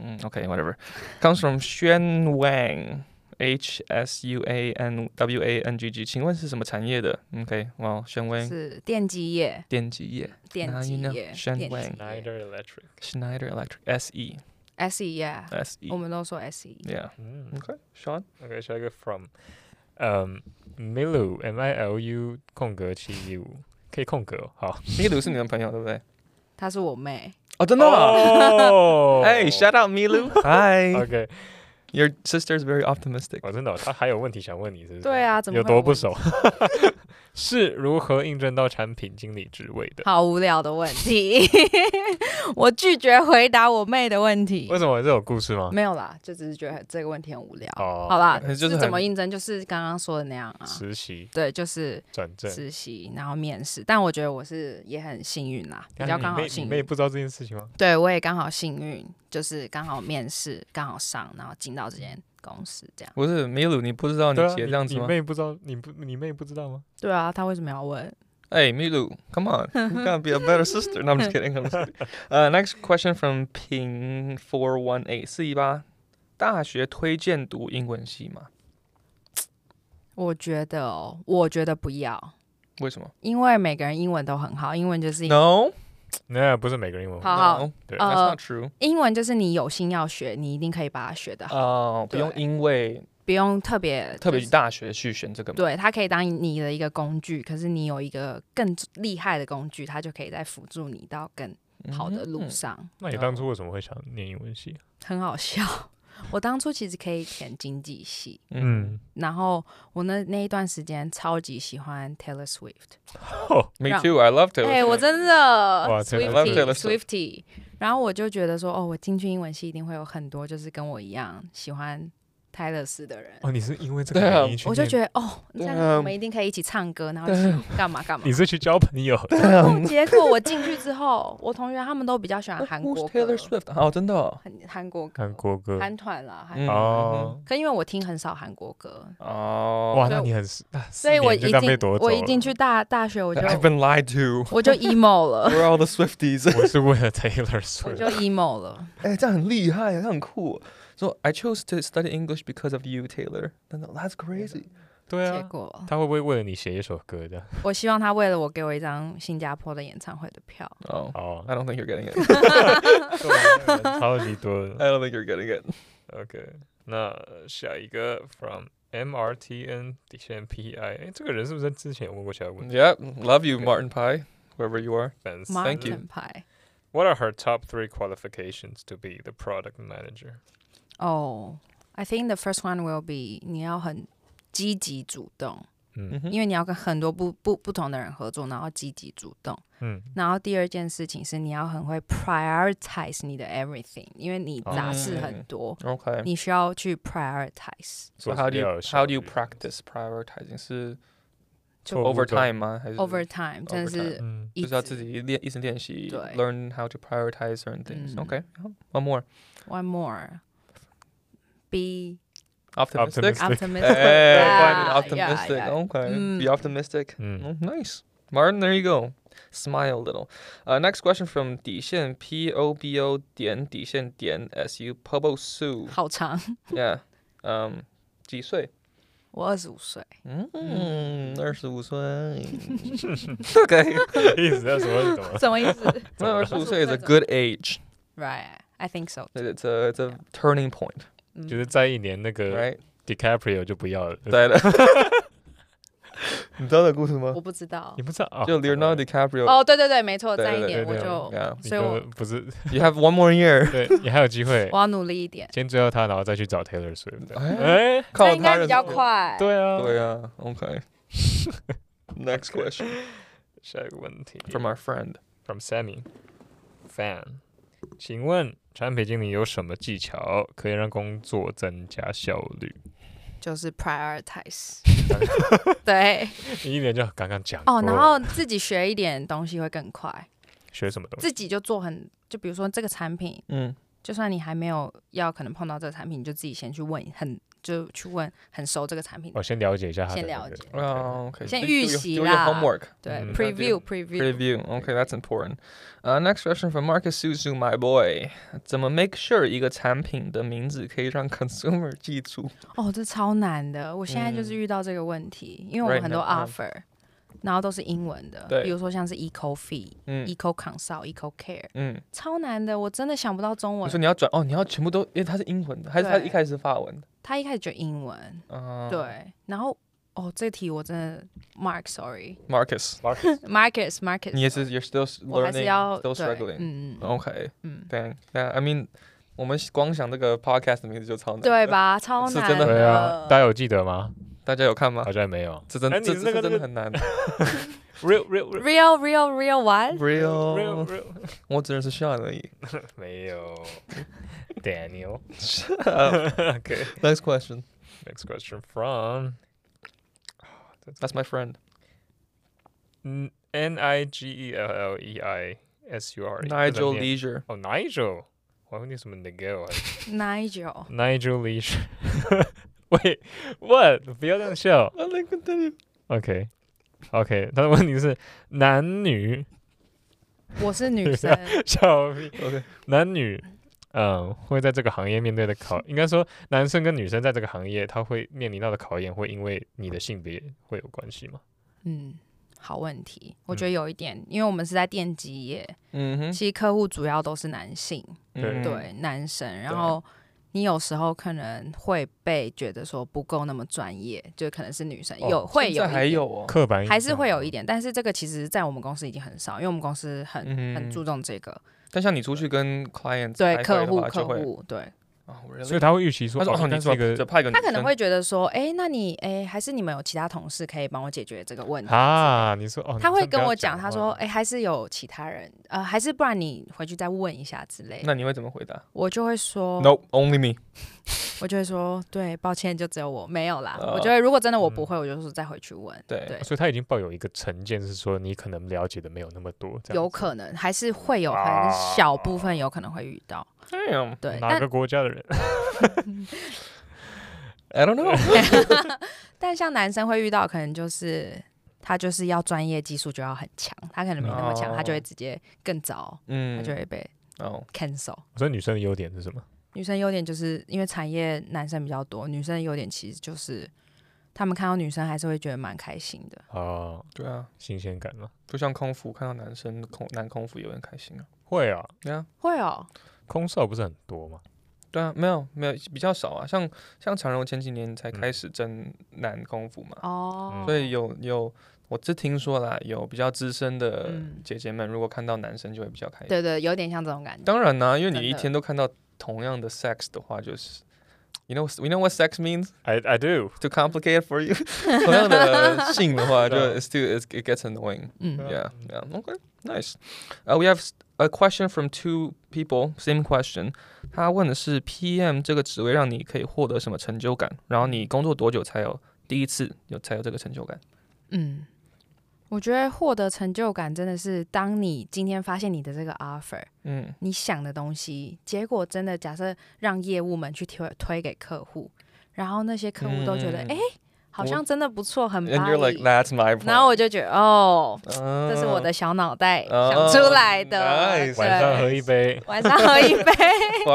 A: mm, okay, whatever. Comes from Xuan Wang. H S U A N W A N G G，请问是什么产业的？OK，哇、wow,，Xuan Wang
B: 是电机业，
A: 电机业。
B: 电
A: Now
B: 机
A: you know
B: 业，
A: Shen
B: 电机
A: Wang
B: 业
C: Electric。
A: Schneider Electric S E
B: ，SE 业，
A: S E
B: 我们都说 SE。
A: Yeah.
C: 嗯
A: Okay. Sean.
C: ，OK，下一个 from，嗯，Milu M I L U 空格七一五，可以空格哦好。
A: Milu 是你的朋友对不对？
B: 她是我妹，
A: 哦，真的啊。 哎
C: 哦
A: Oh. Hey, shout out Milu. Hi.
C: OK，
A: Your sister's very optimistic.
C: 我真的哦，他还有问题想问你，是不是？
B: 对啊，怎么
C: 有
B: 会
C: 多
B: 问
C: 不熟？ 是如何应征到产品经理职位的？
B: 好无聊的问题， 我拒绝回答我妹的问题
C: 为。什么这种故事吗？
B: 没有啦，就只是觉得这个问题很无聊。
C: 哦
B: 好啦，
A: 就是是很
B: 怎么应征，就是刚刚说的那样啊。
C: 实习
B: 对，就是
C: 转正，
B: 实习，然后面试。但我觉得我是也很幸运啦，比较
C: 你
B: 刚好
C: 妹
B: 幸
C: 你妹
B: 运。
C: 不知道这件事情吗？
B: 对，我也刚好幸运，就是刚好面试，刚好上，然后进到这间公司这样。
A: 不是 Milu，你不知哦道你
C: 对啊，
A: 姐
C: 你
A: 这样子
C: 你
A: 吗？
C: 妹不知道，你不你妹不知道吗？
B: 对啊，他为什么要问？
A: Hey Milu, come on, you gotta be a better sister. No, I'm just kidding. I'm just kidding. Uh, next question from Ping Four One Eight 四一八，大学推荐读英文系吗？
B: 我觉得哦，我觉得不要，
A: 为什么
B: 因为每个人英文都很好，英文就是一
A: ？No，
C: 那不是每个人英文会
B: 好好
A: No,
C: 对
A: that's
B: 呃
A: not true.
B: 英文就是你有心要学，你一定可以把它学得好，
A: 哦，不
B: 对
A: 用因为
B: 不用特别
A: 特别去
B: 就是
A: 大学去选这个嘛。
B: 对，它可以当你的一个工具，可是你有一个更厉害的工具，它就可以再辅助你到更好的路
A: 嗯
B: 上。
C: 那你当初为什么会想念英文系？
B: 很好笑。 我当初其实可以填经济系，
C: 嗯，
B: 然后我那那一段时间超级喜欢 Taylor Swift，
A: Me
B: 让
A: too, I love Taylor.
B: 哎、我
A: Swift.
B: 真的
C: 哇
B: Swifty
A: Swift
C: ，Taylor
A: I love Taylor Swift
B: Swifty，然后我就觉得说，哦，我进去英文系一定会有很多就是跟我一样喜欢泰勒斯的人，
C: 哦，你是因为这个
A: 对啊
C: 原因去
B: 我就
C: 念
B: 觉得哦，这样
A: Damn
B: 我们一定可以一起唱歌，然后一起干嘛干嘛
C: 你。是去嗯交朋友，
B: 然后结果我进去之后，我同学他们都比较喜欢
A: Who's
B: 韩国歌，
A: Taylor Swift 哦，真的哦。
B: 韩韩国歌
C: 韩国歌
B: 韩团啦，韩、
A: 嗯
C: 哦。
B: 可因为我听很少韩国歌，
A: 哦，
C: 哇，
B: 所以
C: 那
B: 我
C: 你很，那四
B: 所以我
C: 年
B: 一
C: 就这样被
B: 进
C: 夺走
B: 我一
C: 了
B: 进去大大学，我就
A: I've been lied to.
B: 我就 emo 了，
A: We're all the Swifties.
C: 我是为了 Taylor
B: 我
C: Swift，
B: 就 emo 了。
A: 哎，这样很厉害，这样很酷。So I chose to study English because of you, Taylor. 真的，That's crazy.
C: 对
B: 结
C: 啊，
B: 果
C: 他会不会为了你写一首歌的？
B: 我希望他为了我给我一张新加坡的演唱会的 票。
A: 哦
C: 哦，
A: Oh, I don't think you're getting it.
C: 啊超级多的。
A: I don't think you're getting it.
C: OK，那下一个 from MRTN 底线 PI，哎，这个人是不是之前有问过其他问题
A: Yeah, love you,
C: Okay.
A: Martin Pie, whoever you are.
C: Fans
A: Thank you.
B: Martin 牌
C: What are her top three qualifications to be the product manager？
B: 哦、i think the first one will be 你要很积极主动，
C: 嗯
A: 嗯哼
B: 因为你要跟很多不不不同的人合作，然后积极主动。
C: 嗯，
B: 然后第二件事情是你要很会 prioritize 你的 everything，因为你杂事很
A: 嗯
B: 多，
A: Okay.
B: 你需要去 prioritize。
A: So how do
C: 做
A: you
C: 事要
A: how do you
C: 效率
A: practice prioritizing? 是
B: 就
C: 错误的
A: overtime 吗？还是
B: Overtime 真的是
C: 嗯，
B: 一
A: 就是要
B: 直
A: 自己练，一直练习
B: 对
A: ，learn how to prioritize certain things.
B: 嗯
A: Okay, one more
B: One more. Be
A: optimistic.
C: Optimistic.
B: optimistic.
A: Hey,
B: Yeah,
A: fine, optimistic. oh
B: yeah, yeah.
A: Okay, be
B: Mm.
A: optimistic.
C: Mm.
A: Oh, nice, Martin. There you go. Smile a little. Uh, next question from 底线 p o b o 点底线点 s u pobo su.
B: 好长，
A: Yeah. Um. 几岁？
B: 我二十 五岁。
A: 嗯，二十五岁。Okay.
C: 意思是什么？你懂吗？
B: 什么意 思
A: 那二十五岁 is a
B: 25岁
A: good age.
B: ？Right, I think so.
A: It's a it's a turning point,
B: 嗯
C: 就是在一年那个
A: right?
C: DiCaprio 就不要了，
A: 对的。 你知道这个故事吗
B: 我？不知道
C: 你。不知道啊？
A: 就 Leonardo
C: 你
A: DiCaprio
B: 哦，对对对，没错，
A: 对
B: 再一
A: 对
B: 点
C: 对
B: 我
C: 对
B: 就，
A: Yeah.
B: 所以
C: 根
B: 我
C: 本不是，
A: You have one more year.
C: 对你还有机会
B: 我，要努力一点，
C: 先追到他，然后再去找 Taylor Swift。
A: 哎
C: 哎，
B: 这
A: 靠
B: 样应该
A: 他
B: 比
A: 人
B: 较。快。
C: 对啊，
A: 对啊，OK。Next question
C: 下一个问题
A: from our friend.
C: from Sammy fan，请问产品经理有什么技巧可以让工作增加效率？
B: 就是 prioritize。对，
C: 你一点就刚刚讲
B: 哦，
C: 过
B: 然后自己学一点东西会更快，
C: 学什么东西？
B: 自己就做很，就比如说这个产品，
A: 嗯，
B: 就算你还没有要可能碰到这个产品，你就自己先去问，很就去问很熟这个产品
A: 哦
B: 的
C: 我哦先了解一下他的
B: 先
C: 那
B: 了
C: 个
B: 解
C: OK
A: 啊，OK。
B: 先
A: Oh, Do
B: 预
A: your-
B: 习
A: do your
B: 啦
A: homework.
B: 对
C: 嗯
B: preview preview
A: Review. Okay, that's important. Uh, next question from Marcus Suzu, my boy. 怎么 make sure 一个产品的名字可以让 consumer 记住？
B: 哦，这超难的。我现在就是
A: 嗯
B: 遇到这个问题，因为我们
A: Right
B: 很多
A: now, um,
B: offer，然后都是英文的
A: 对，
B: 比如说像是 Eco Fee、
A: 嗯
B: Eco Consult、Eco Care，
A: 嗯，
B: 超难的，我真的想不到中
A: 你
B: 文
A: 说。你要转哦，你要全部都，因为它是英文的，还是它
B: 对
A: 一开始是法文的？
B: 他一开始就英文，
A: 啊，
B: 对，然后哦，这题我真的 Mark sorry，Marcus
A: ，Marcus，
B: Marcus，
A: 你也是，you're still s-
B: 我还是
A: learning,
B: 要
A: still
B: 对
A: struggling. 哦
B: 嗯嗯
A: OK.
B: 嗯，
A: 对，那 I mean，我们光想这个 podcast 的名字就超难，
B: 对？吧？超
A: 是
B: 难
A: 真的
C: 对
B: 呃
C: 啊，大家有记得吗？
A: 大家有看吗
C: 好？像没有。
A: 这真
C: 哎
A: 这
C: 你
A: 这
C: 那个
A: 这真的
C: 那个
A: 很难。
C: Real real
B: Real real real one，
A: Real，
C: real
A: 我只认识 Sean 而已。
C: 没有 Daniel。OK
A: Next question.
C: next question from
A: That's my friend.
C: N N I G E L L E I S U R E 不能
A: Nigel
C: 念
A: Leisure.
C: 哦 Nigel，我还会念什么 Nigel 还是
B: Nigel，
C: Nigel Leisure。喂，what？不要这样笑。
A: I like continue.
C: OK OK，他的问题是男女
B: 我是女 生，
C: 笑屁。
A: OK.
C: 男女，嗯，会在这个行业面对的考，应该说男生跟女生在这个行业，他会面临到的考验，会因为你的性别会有关系吗？
B: 嗯，好问题。我觉得有一点，因为我们是在电机业，
A: 嗯哼，
B: 其实客户主要都是男性，
A: 嗯
B: 对，男生，然后。你有时候可能会被觉得说不够那么专业，就可能是女生、
A: 哦
B: 有会
A: 现
B: 有
A: 在
B: 一
A: 还
B: 点
A: 有哦，
C: 刻板印象
B: 还是会有一点，但是这个其实，在我们公司已经很少，因为我们公司很、
A: 嗯
B: 很注重这个
A: 但像你出去跟 client
B: 对
A: 开
B: 客
A: 会的
B: 户
A: 话
B: 客
A: 就会
B: 户对，
A: 哦
C: 所
A: really？
C: 以他会预期说，
A: 他说哦，
C: 应该
A: 你
C: 是一
A: 怎么
C: 个
A: 就派一个女
B: 他
A: 生，
B: 可能会觉得说，哎、那你哎、诶还是你们有其他同事可以帮我解决这个问题。
C: 啊，你说哦，
B: 他
C: 你
B: 会
C: 真的
B: 跟
C: 不要
B: 我讲，他
C: 话
B: 说：“哎、还是有其他人，呃，还是不然你回去再问一下之类的。
A: 那你会怎么回答”
B: 我就会说
A: ？No，only me。
B: 我就会说，对，抱歉，就只有我没有啦。
A: 呃
B: 我觉得如果真的我不会，我就是再回去问。
A: 对
B: 对，
C: 所以他已经抱有一个成见，是说你可能了解的没有那么多，这样
B: 有
C: 子
B: 可能还是会有很
C: 啊
B: 小部分有可能会遇到。
A: Damn，I
B: 对，
C: 哪
B: 但
C: 个国 家的人
A: don't know。
B: 但像男生会遇到，可能就是他就是要专业技术就要很强，他可能没那么强，
A: 哦
B: 他就会直接更早，他
A: 嗯
B: 就，会被
A: 哦，
B: cancel。
C: 所以女生的优点是什么？
B: 女生优点就是因为产业男生比较多，女生的优点其实就是他们看到女生还是会觉得蛮开心的。
C: 哦，
A: 对啊，
C: 新鲜感嘛，
A: 就像空服看到男生空男空服也会很开心啊。
C: 会啊，
A: 对啊，
B: 会哦，
C: 空少不是很多嘛，
A: 对啊，没有没有比较少啊，像像长荣前几年
C: 嗯
A: 才开始征男空服嘛，
B: 哦，
A: 嗯所以有有我是听说啦，有比较资深的
B: 嗯
A: 姐姐们，如果看到男生就会比较开心。
B: 对对，有点像这种感觉。
A: 当然啦，因为你
B: 真
A: 一
B: 的
A: 天都看到同样的 sex 的话，就是 you know you know what sex means。
C: I I do，
A: too complicated for you 。同样的性的话，就
C: 对啊
A: it's still it's, it gets annoying.
B: 嗯
C: 对啊
A: Yeah, yeah. Okay, nice. Uh, we have s- a question from two people. Same question. 他问的是 PM 这个职位让你可以获得什么成就感？然后你工作多久才有第一次有才有这个成就感？
B: 嗯，我觉得获得成就感真的是当你今天发现你的这个 offer，
A: 嗯
B: 你想的东西，结果真的假设让业务们去推推给客户，然后那些客户都觉得，
A: 嗯
B: 哎、好
A: 我
B: 像真的不错，很
A: ，And
B: 棒。
A: you're like that's my.
B: 然后我就觉得，哦，
A: 嗯，
B: 这是 我的小脑袋
A: 哦
B: 想出来的。
A: nice
C: 晚上喝
B: 对
C: 一杯，
B: 晚上喝一杯，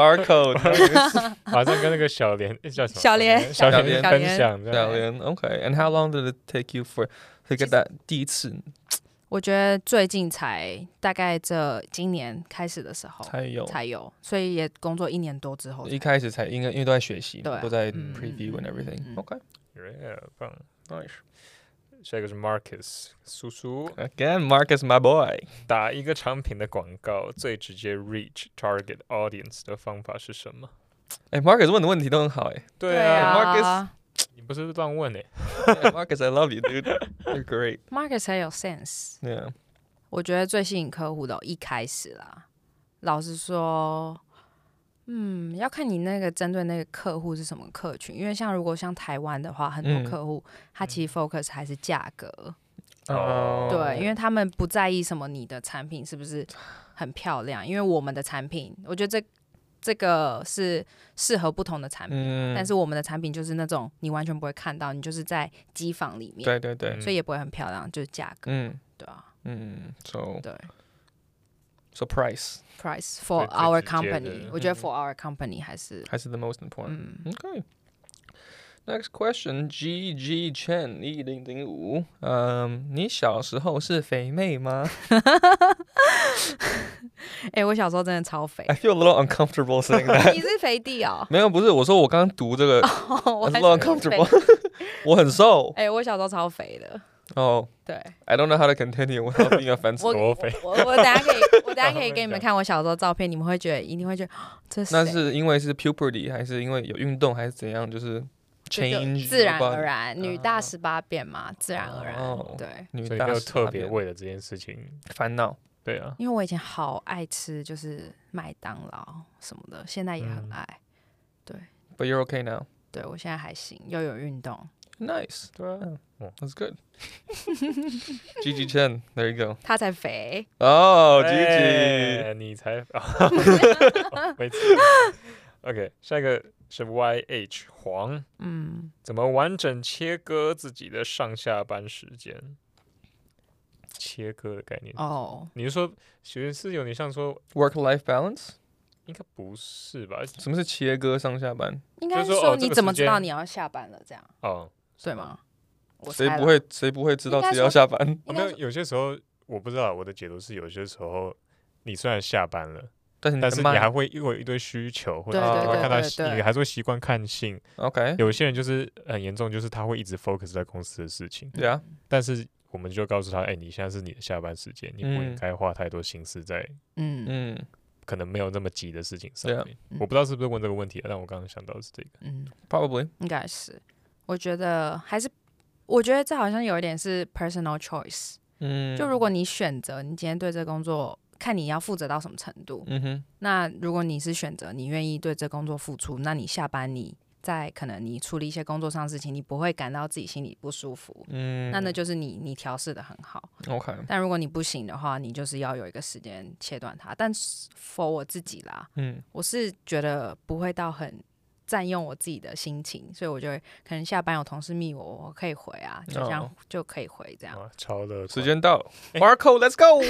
A: barcode.
C: 晚上跟那个小莲诶叫什么
B: 小莲
C: 小
A: 小
C: 莲
A: 莲
C: 分享这样，
A: Yeah, man. Okay. And how long did it take you for to
B: 其
A: get
B: 实
A: that 第一次
B: 我觉得最近才大概这今年开始的时候
A: 才有？
B: 才有，所以也工作一年多之后才
A: 一开始才应该因为都在学习
B: 对
A: 嘛，
B: 啊
A: 都在
B: 嗯
A: preview
B: 嗯
A: and
B: 嗯
A: everything
B: 嗯嗯。
A: OK,
C: Yeah，棒。
A: nice.
C: 下一个是 Marcus 叔叔
A: Again, Marcus, my boy.
C: 打一个产品的广告，最直接 reach target audience 的方法是什么？
A: 哎，Marcus 问的问题都很好哎。
C: 对
A: 啊
B: 啊
C: 你不是乱问诶、欸
A: Yeah, Marcus, I love you, dude. You're great.
B: ，Marcus 很有 sense。
A: Yeah.
B: 我觉得最吸引客户的哦一开始啦，老实说，嗯，要看你那个针对那个客户是什么客群，因为像如果像台湾的话，很
A: 嗯
B: 多客户、他其实 focus 还是价格，
C: 哦
B: 对，因为他们不在意什么你的产品是不是很漂亮，因为我们的产品，我觉得这这个是适合不同的产品。
A: 嗯，
B: 但是我们的产品就是那种你完全不会看到，你就是在机房里面，
A: 对对对，
B: 所以也不会很漂亮，就是价格，
A: 嗯
B: 对啊，
A: 嗯，so Mm.
B: 对。
A: so price
B: price for
C: 最最
B: our
C: 直接的
B: company，我觉得 for our company 还是
A: 还是 the most important.
B: 嗯
A: OK. Next question, G G Chen 一零零五。嗯，Um, 你小时候是肥妹吗
B: 哎、我小时候真的超肥，
A: ？I feel a little uncomfortable saying that.，
B: 你是肥弟哦
A: 没有，不是，我说我刚读这个
B: 我
A: I'm so
B: 还是很肥
A: uncomfortable. 我很瘦
B: 哎、我小时候超肥的，
A: 哦。
B: 对
A: I don't know how to continue without being
B: 我
A: offensive。
C: 多肥
B: 我我等下可以，我等下可以给你们看我小时候照片，你们会觉得一定会觉得啊这是
A: 那
B: 谁
A: 是因为是 puberty 还是因为有运动还是怎样？就是
B: 这就
A: change
B: 自然
A: your body
B: 而。然，女大
A: 啊
B: 十八变嘛，自然而然，
A: 哦
B: 对。
A: 女
C: 所以
A: 大
C: 没有
A: 十
C: 特
A: 八
C: 别
A: 变
C: 为了这件事情，
A: 烦恼。
C: 对啊，
B: 因为我以前好爱吃，就是麦当劳什么的，现在也很
C: 嗯
B: 爱。
A: But you're okay now.
B: 对我现在还行，又有运动，
A: Nice.
C: 对啊，
A: That's good. Gigi Chen, there you go.
B: 他才肥。
A: Oh, Gigi.
C: 哎你才 没错。OK，下一个是 YH 黄，
B: 嗯，
C: 怎么完整切割自己的上下班时间？切割的概念，
B: 哦，
C: 你是说学是有点像说，
A: Work-life balance？
C: 应该不是吧？
A: 什么是切割上下班？
B: 应该
C: 就是说
B: 说
C: 哦这
B: 你
C: 个
B: 怎么
C: 时间
B: 知道你要下班了？这样
C: 哦，
B: 对吗？我
A: 谁
B: 猜
A: 不
B: 啦
A: 会谁不会知道
B: 应该
A: 自己要
B: 说
A: 下班？
C: 我
B: 应
C: 哦
B: 该
C: 没有，
B: 说
C: 有些时候我不知道，我的解读是有些时候你虽然下班了，
A: 但是你的
C: 但是你
A: mind-
C: 还会因为一堆需求，或者
B: 对
A: 嗯
C: 是
A: 对
C: 你会
A: 对
C: 看到
B: 对
C: 习，
B: 对
C: 你还是会习惯看信。
A: OK
C: 有些人就是很严重，就是他会一直 focus 在公司的事情，
A: 对啊，
C: 但是我们就告诉他，哎、你现在是你的下班时间，你不
A: 嗯
C: 应该花太多心思在
B: 嗯
A: 嗯，
C: 可能没有那么急的事情上
A: 对啊
C: 面。我不知道是不是问这个问题，啊但我刚刚想到的是这个。
B: 嗯，
A: probably
B: 应该是。我觉得还是，我觉得这好像有一点是 personal choice。
A: 嗯，
B: 就如果你选择，你今天对这工作，看你要负责到什么程度。
A: 嗯哼
B: 那如果你是选择你愿意对这工作付出，那你下班你在可能你处理一些工作上的事情，你不会感到自己心里不舒服。
A: 嗯，
B: 那那就是你你调试的很好，
A: OK
B: 但如果你不行的话，你就是要有一个时间切断它。但是 for 我自己啦，
A: 嗯
B: 我是觉得不会到很占用我自己的心情，所以我就会可能下班有同事密我，我可以回啊，就这样、
A: 哦
B: 就可以回这样。
C: 哇，哎超乐观
A: 时间到，Marco Let's go，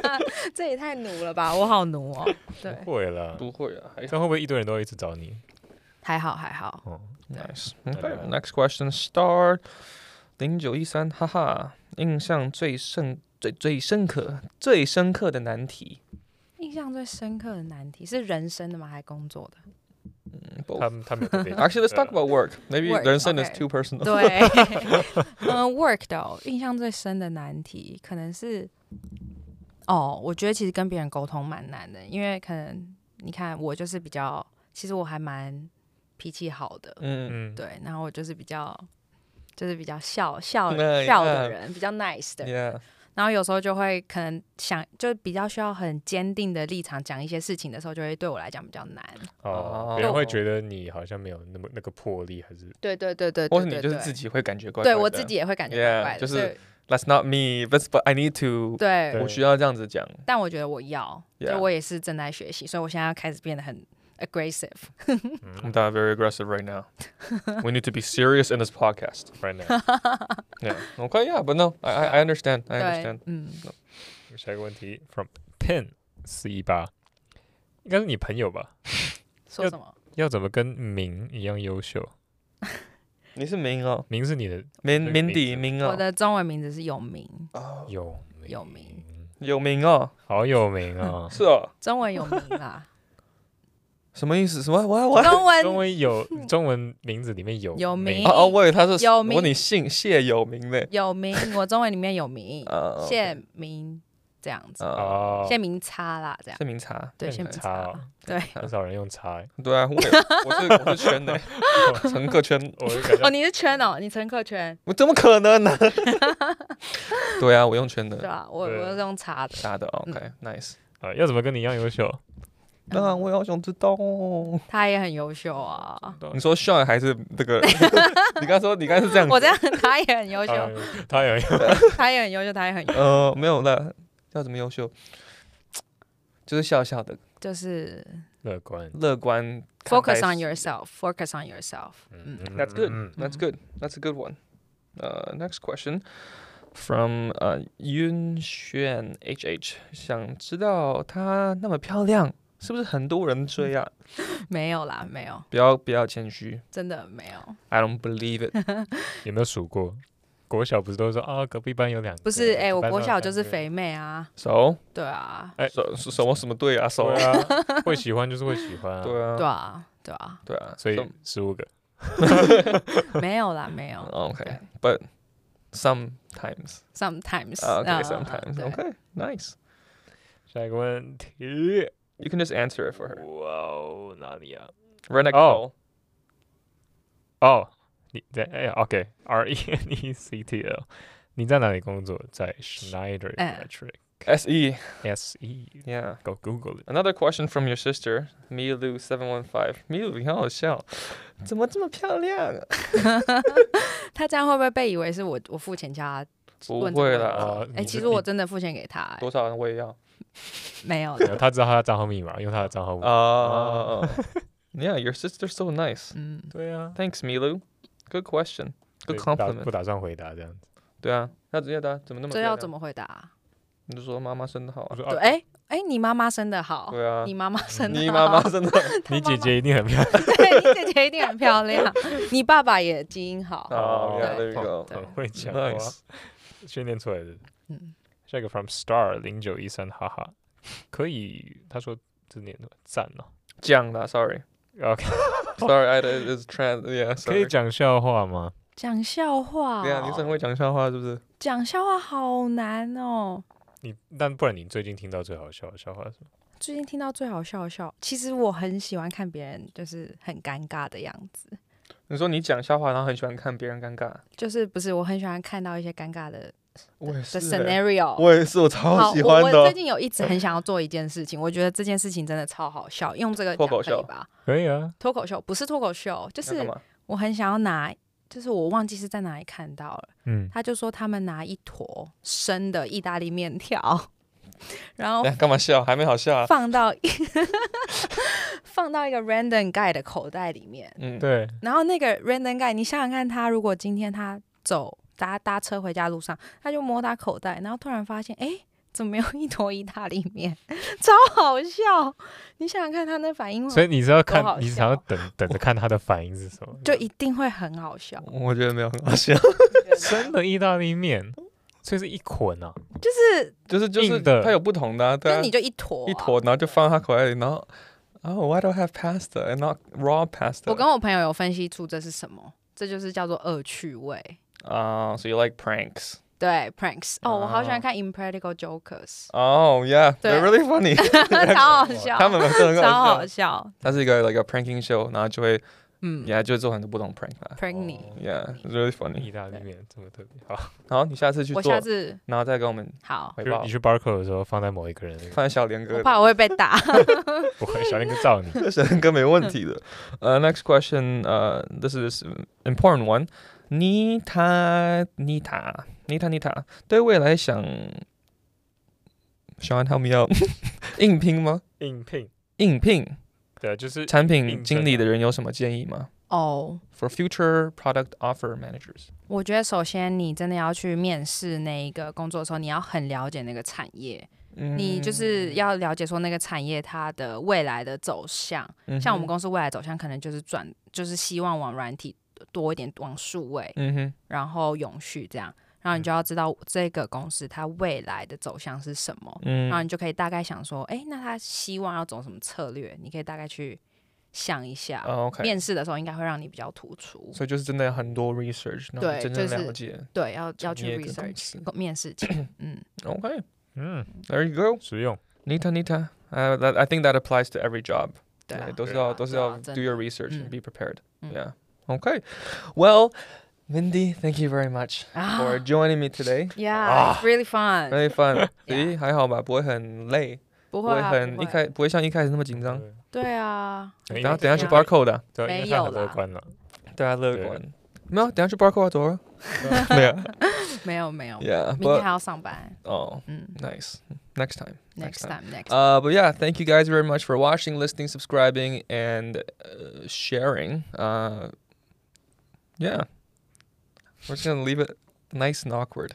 B: 这也太奴了吧，我好奴哦。对，
C: 不会了，
A: 不会啊，还
C: 但会不会一堆人都一直找你？
B: 还好还好。
C: 哦，
A: Nice.
C: Okay.
A: Okay. Next question. Star 零九一三，哈哈，印象最深、最最深刻、最深刻的难题。
B: 印象最深刻的难题是人生的吗？还工作的？
A: 嗯
C: 他
A: ，both.
C: 们他们
A: Actually, let's talk about work. Maybe
B: Work,
A: 人生 is
B: okay.
A: too personal.
B: 对，嗯，work 的哦、印象最深的难题可能是，哦，我觉得其实跟别人沟通蛮难的，因为可能你看我就是比较，其实我还蛮脾气好的，
A: 嗯，
C: 嗯，
B: 对，然后我就是比较，就是比较笑笑
A: 那
B: 笑
A: 那
B: 的人，比较 nice 的人，
A: yeah.
B: 然后有时候就会可能想，就比较需要很坚定的立场讲一些事情的时候，就会对我来讲比较难。
C: 哦
A: 哦，
C: 别人会觉得你好像没有那么那个魄力，还是
B: 对对对对对
A: 或是
B: 对
A: 你就是自。己会感觉怪怪
B: 对
A: 的。
B: 我自己也会感觉怪
A: Yeah，
B: 怪的，
A: 就是
B: 所以
A: That's not me. That's but I need to.
B: 对
C: 对
A: 我需要这样子讲。
B: 但我觉得我要
A: Yeah.
B: 就我也是正在学习，所以我现在要开始变得很 aggressive。
C: 嗯
B: 嗯
A: I'm not very aggressive right now. We need to be serious in this podcast.
C: right now？
A: Yeah. Okay. Yeah. But no, I I I understand. I
B: 对
A: understand.，
B: 嗯，
C: 下一个问题，from Pen 四一八，应该是你朋友吧？
B: 说什么？
C: 要怎么跟明一样优秀？
A: 你是明哦，
C: 明是你的
A: 明
C: 对
A: 明
C: 明
A: 底
C: 字
A: 明
B: 我
A: 哦，Oh.
B: 的中文名字是有名，
A: 哦
C: 有名
B: 有名，
A: 有名哦，！
C: 好有名 啊
A: 是哦。
B: 中文有名啦，
A: 什么意思？什么？ 我我
B: 中
C: 中
B: 文
C: 文 有中文名字里面有
B: 有名
A: 哦哦，我以为他是
B: 有
A: 我
B: 名
A: 问你姓谢有名嘞。
B: 有名，我中文里面有名，
A: 呃，
B: 谢明这样子，
A: 啊，
C: 哦，
B: 谢明差啦，这样
A: 谢明茶。
B: 对，
C: 谢
B: 谢
C: 明
B: 明
C: 差
B: 差
C: 哦，
B: 对，
C: 很少人用叉欸，
A: 对啊，我也我是 我是圈的乘客圈，
C: 我就感
B: 哦，
C: 觉
B: 你是圈哦，你乘客圈
A: 我怎么可能 呢？对啊，我用圈
B: 对
A: 的，
B: 吧？我
C: 对
B: 我是用差的，
A: 傻的。
B: 嗯
A: OK，nice。
C: 啊，要怎么跟你一样优秀？
A: 当然，我也好想知道哦。
B: 他也很优秀啊，
A: 你说 Sean 还是这 个？你刚说你刚是这样子？
B: 我这样他也 很优秀
C: 他，他啊有
B: 他也很优秀，他也很优秀，
A: 呃，没有了，要怎么优秀？就是笑笑的，
B: 就是
C: 乐观
A: 乐观。看待
B: focus on
A: 事
B: yourself, focus on yourself。
C: 嗯
A: That's good.
C: 嗯
A: That's
B: Mhm.
A: good. That's a good one. Uh, next question from uh, Yun Xuan HH，想知道她那么漂亮，是不是很多人追啊？
B: 没有啦，没有，
A: 不要不要谦虚
B: 真的没有。
A: ，I don't believe it 。
C: 有没有数过？国小不是都说啊，隔壁班有两个？
B: 不是，哎、
C: 隔
B: 我
C: 壁班
B: 国
C: 上
B: 小
C: 有
B: 就是
C: 三个。
B: 肥妹啊，
A: So
B: 对啊，
C: 哎
A: 什什什么什么 对啊？So
C: 对啊，会喜欢就是会喜欢啊。
A: 对啊
B: 对啊，对啊，
A: 对啊，
C: 所以
A: so-
C: 十五个
B: 没有啦，没有。
A: OK, oh, but sometimes
B: Sometimes，
A: uh,
B: 嗯
A: okay, sometimes
B: 对
A: okay, nice.
C: 下一个问题，
A: You can just answer it for her.
C: 哇哦，哪里啊？
A: Right next door.
C: Oh. 哦，你在哎，OK，R E N E C T L，你在哪里工作？在 Schneider
B: 哎
C: Electric
A: SE.
C: S E。
A: Yeah.
C: Go Google it。
A: Another question from your sister, Milu seven one five. Milu，你好好笑， 怎么这么漂亮啊？
B: 他这样会不会被以为是我我付钱叫他？
A: 不
B: 问这
A: 会
B: 个
A: 啦
B: 问题
C: 哦
B: 哎、
C: 你
B: 其
C: 是
B: 实我
C: 你
B: 真的付钱给他、哎
A: 多少人我也要
B: 没有
C: 没
B: 啦，
C: 有他知道他的账号密码，用他的账号问。
A: 啊。yeah, your sister's so nice.
B: 嗯，
C: 对啊，
A: Thanks, Milu. Good question.
C: 对
A: Good
C: 不打不
A: compliment.
C: 打算回答这样子。
A: 对啊，那直接答怎么那么
B: 这
A: 漂
B: 要
A: 亮
B: 怎么回答啊、
A: 你就说妈妈生的好
C: 我
A: 啊，
C: 说
B: 对，
C: 啊，
B: 哎哎，你妈妈生的好，
A: 对啊
B: 你，妈妈生的，
A: 你妈 妈，生的好
C: 你姐姐一定很漂亮，
B: 对你姐姐一定很漂亮，你爸爸也基 因好，
A: 哦
B: ，yeah,
A: there you go
B: 对
C: 很会讲话，
A: nice，
C: 训练出来的。
B: 嗯，
C: 下一个 from star 零九一三，哈哈，可以，他说这念的赞哦。
A: 讲的，sorry。
C: OK，
A: Sorry, I it is trans. Yeah,
C: 可以
A: sorry.
C: 讲笑话吗？
B: 讲笑话
A: 对啊，你是很
B: 哦，
A: 会讲笑话是不是？
B: 讲笑话好难哦。
C: 你但不然你最近听到最好笑的笑话是什么？
B: 最近听到最好笑的笑，其实我很喜欢看别人就是很尴尬的样子，
A: 你说你讲笑话，然后很喜欢看别人尴尬。
B: 就是不是我很喜欢看到一些尴尬的
A: 我也是
B: 的
A: 欸，
B: scenario。
A: 我也是，我
B: 好，
A: 超喜
B: 我
A: 欢
B: 我
A: 的
B: 最
A: 哦。
B: 近有一直很想要做一件事情，我觉得这件事情真的超好笑，用这 个
A: 脱
B: 讲
A: 口
B: 可以
A: 秀
B: 吧？
C: 可以啊，
B: 脱口秀不是脱口秀，就
A: 要干
B: 是
A: 嘛？
B: 我很想要拿，就是我忘记是在哪里看到了，
C: 嗯，
B: 他就说他们拿一坨生的意大利面条， 然后
A: 等一哎下干嘛笑？还没好笑啊。
B: 放到一 放到一个 random guy 的口袋里面，
A: 嗯，
C: 对，
B: 然后那个 random guy，你想想看，他如果今天他走搭搭车回家路上，他就摸他口袋，然后突然发现，哎，怎么有一坨意大利面？ 超好笑！你想想看他那反应哦
C: 所
B: 会，
C: 以你是要
B: 多嗯好
C: 看，你想要
B: 笑
C: 等等着看他的反应是什么？
B: 就
A: 啊
B: 一定会很好 笑。
A: 我觉得没有很好笑，
C: 真的意大利面，所以是一捆啊。
B: 就是，
A: 就是就是
C: 硬的
A: 它有不同的啊，对
B: 那
A: 啊
B: 你，就一坨、
A: 一坨，。然后就放他口袋里，然后。Oh, why do I have pasta and not raw
B: 我
A: pasta?
B: 跟我朋友有分析出这是什么，这就是叫做恶趣味。
A: 啊、so you like pranks?
B: 对，pranks。哦，我好喜
A: 哦
B: 欢看《Impractical Jokers
A: Oh, yeah,
B: 对
A: they're really funny. 》，
B: 超好笑，
A: 他们真的很
B: 超
A: 好
B: 好
A: 笑。
B: 笑。
A: 它是一个 like a pranking show，然后就会
B: 嗯
A: yeah 就会做很多不同 prank 啦。
B: ，prank 你。
C: 哦
A: Yeah, it's really
B: 嗯
A: funny.
C: 意大利面这么特别，好，
A: 好，你下次去
B: 我
A: 做，
B: 下次
A: 然后再跟我们
B: 好。
A: 回
C: 比如
A: 报
C: 你。去 Barco 的时候放在某一个人那个，
A: 放在小莲哥
B: 我
A: 的，
B: 怕我会被 打。
C: 不会，小林哥照 你。
A: 小莲哥没问题的。呃、n e x t question，呃、t h i s is important one。妮塔，妮塔，妮塔，妮塔，对未来想，Sean help me out，应 聘吗？
C: 应聘，
A: 应聘
C: 对啊，就是
A: 产
C: 应
A: 品
C: 征
A: 经理的人有什么建议吗
B: 哦，
A: ？For future product offer managers，
B: 我觉得首先你真的要去面试那一个工作的时候，你要很了解那个产业，
A: 嗯
B: 你就是要了解说那个产业它的未来的走向。
A: 嗯
B: 像我们
A: 哼，
B: 公司未来走向，可能就是转，就是希望往软体多一点，往数位，
A: 嗯哼，
B: 然后永续这样。然后你就要知道这个公司它未来的走向是什么，然后
A: 嗯，
B: 你就可以大概想说，哎，那他希望要走什么策略？你可以大概去想一下。
A: 哦，OK，
B: 面试的时候应该会让你比较突出。
A: 所以就是真的有很多 research，然后
B: 对
A: 真正
B: 就是
A: 了解
B: 对，要要
A: 产业
B: 去
A: 跟公
B: research
A: 司
B: 公面试前，嗯，
A: OK，there
C: 嗯
A: you go，
C: 实用。
A: Nita Nita，呃、t h a t I think that applies to every job。
B: 对啊，
A: 都是
C: 对
A: 要
B: 啊
A: 都是
B: 对啊
A: 要
B: 真
A: do your
B: 的
A: research and
B: 嗯
A: be prepared.
B: 嗯
A: Yeah. Okay. Well, Mindy, thank you very much
B: 啊
A: for joining me today. 啊
B: Yeah, it's really fun，
A: Really fun.
B: Yeah
A: 咦，还好吧，不会很累，
B: 不
A: 不
B: 会
A: 会
B: 啊，
A: 很
B: 不
A: 一
B: 会，
A: 开，不会像一开始那么紧张。
B: 对啊，
C: 因为
A: 等下等下去
B: 对啊
A: barcode 啊，
C: 对啊，因为
B: 没
C: 他
B: 有
C: 很乐
B: 啦
C: 观了。
A: 对啊，乐
C: 对
A: 观。没有，等下去 barcode 啊， 走啊。没 有。
B: 没有没有，
A: Yeah.
B: 明天
A: But
B: 还要上班，
A: oh,
B: 嗯
A: nice. Next time.
B: ，next
A: time
B: time，next，
A: Uh, but yeah, thank you guys very much for watching, listening, subscribing, and uh, sharing. Uh, yeah, we're just gonna leave it nice and awkward.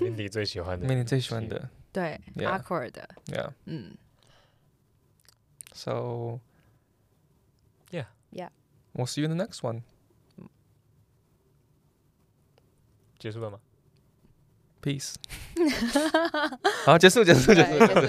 C: 林迪最喜欢的，
A: I
B: 对
A: Yeah
B: ，awkward 的，
A: Yeah.
B: 嗯
A: So
C: Yeah.
B: Yeah.
A: We'll see you in the next one.
C: 结束了吗？
A: Peace. 好，结束，结束，结束。
B: 对。就是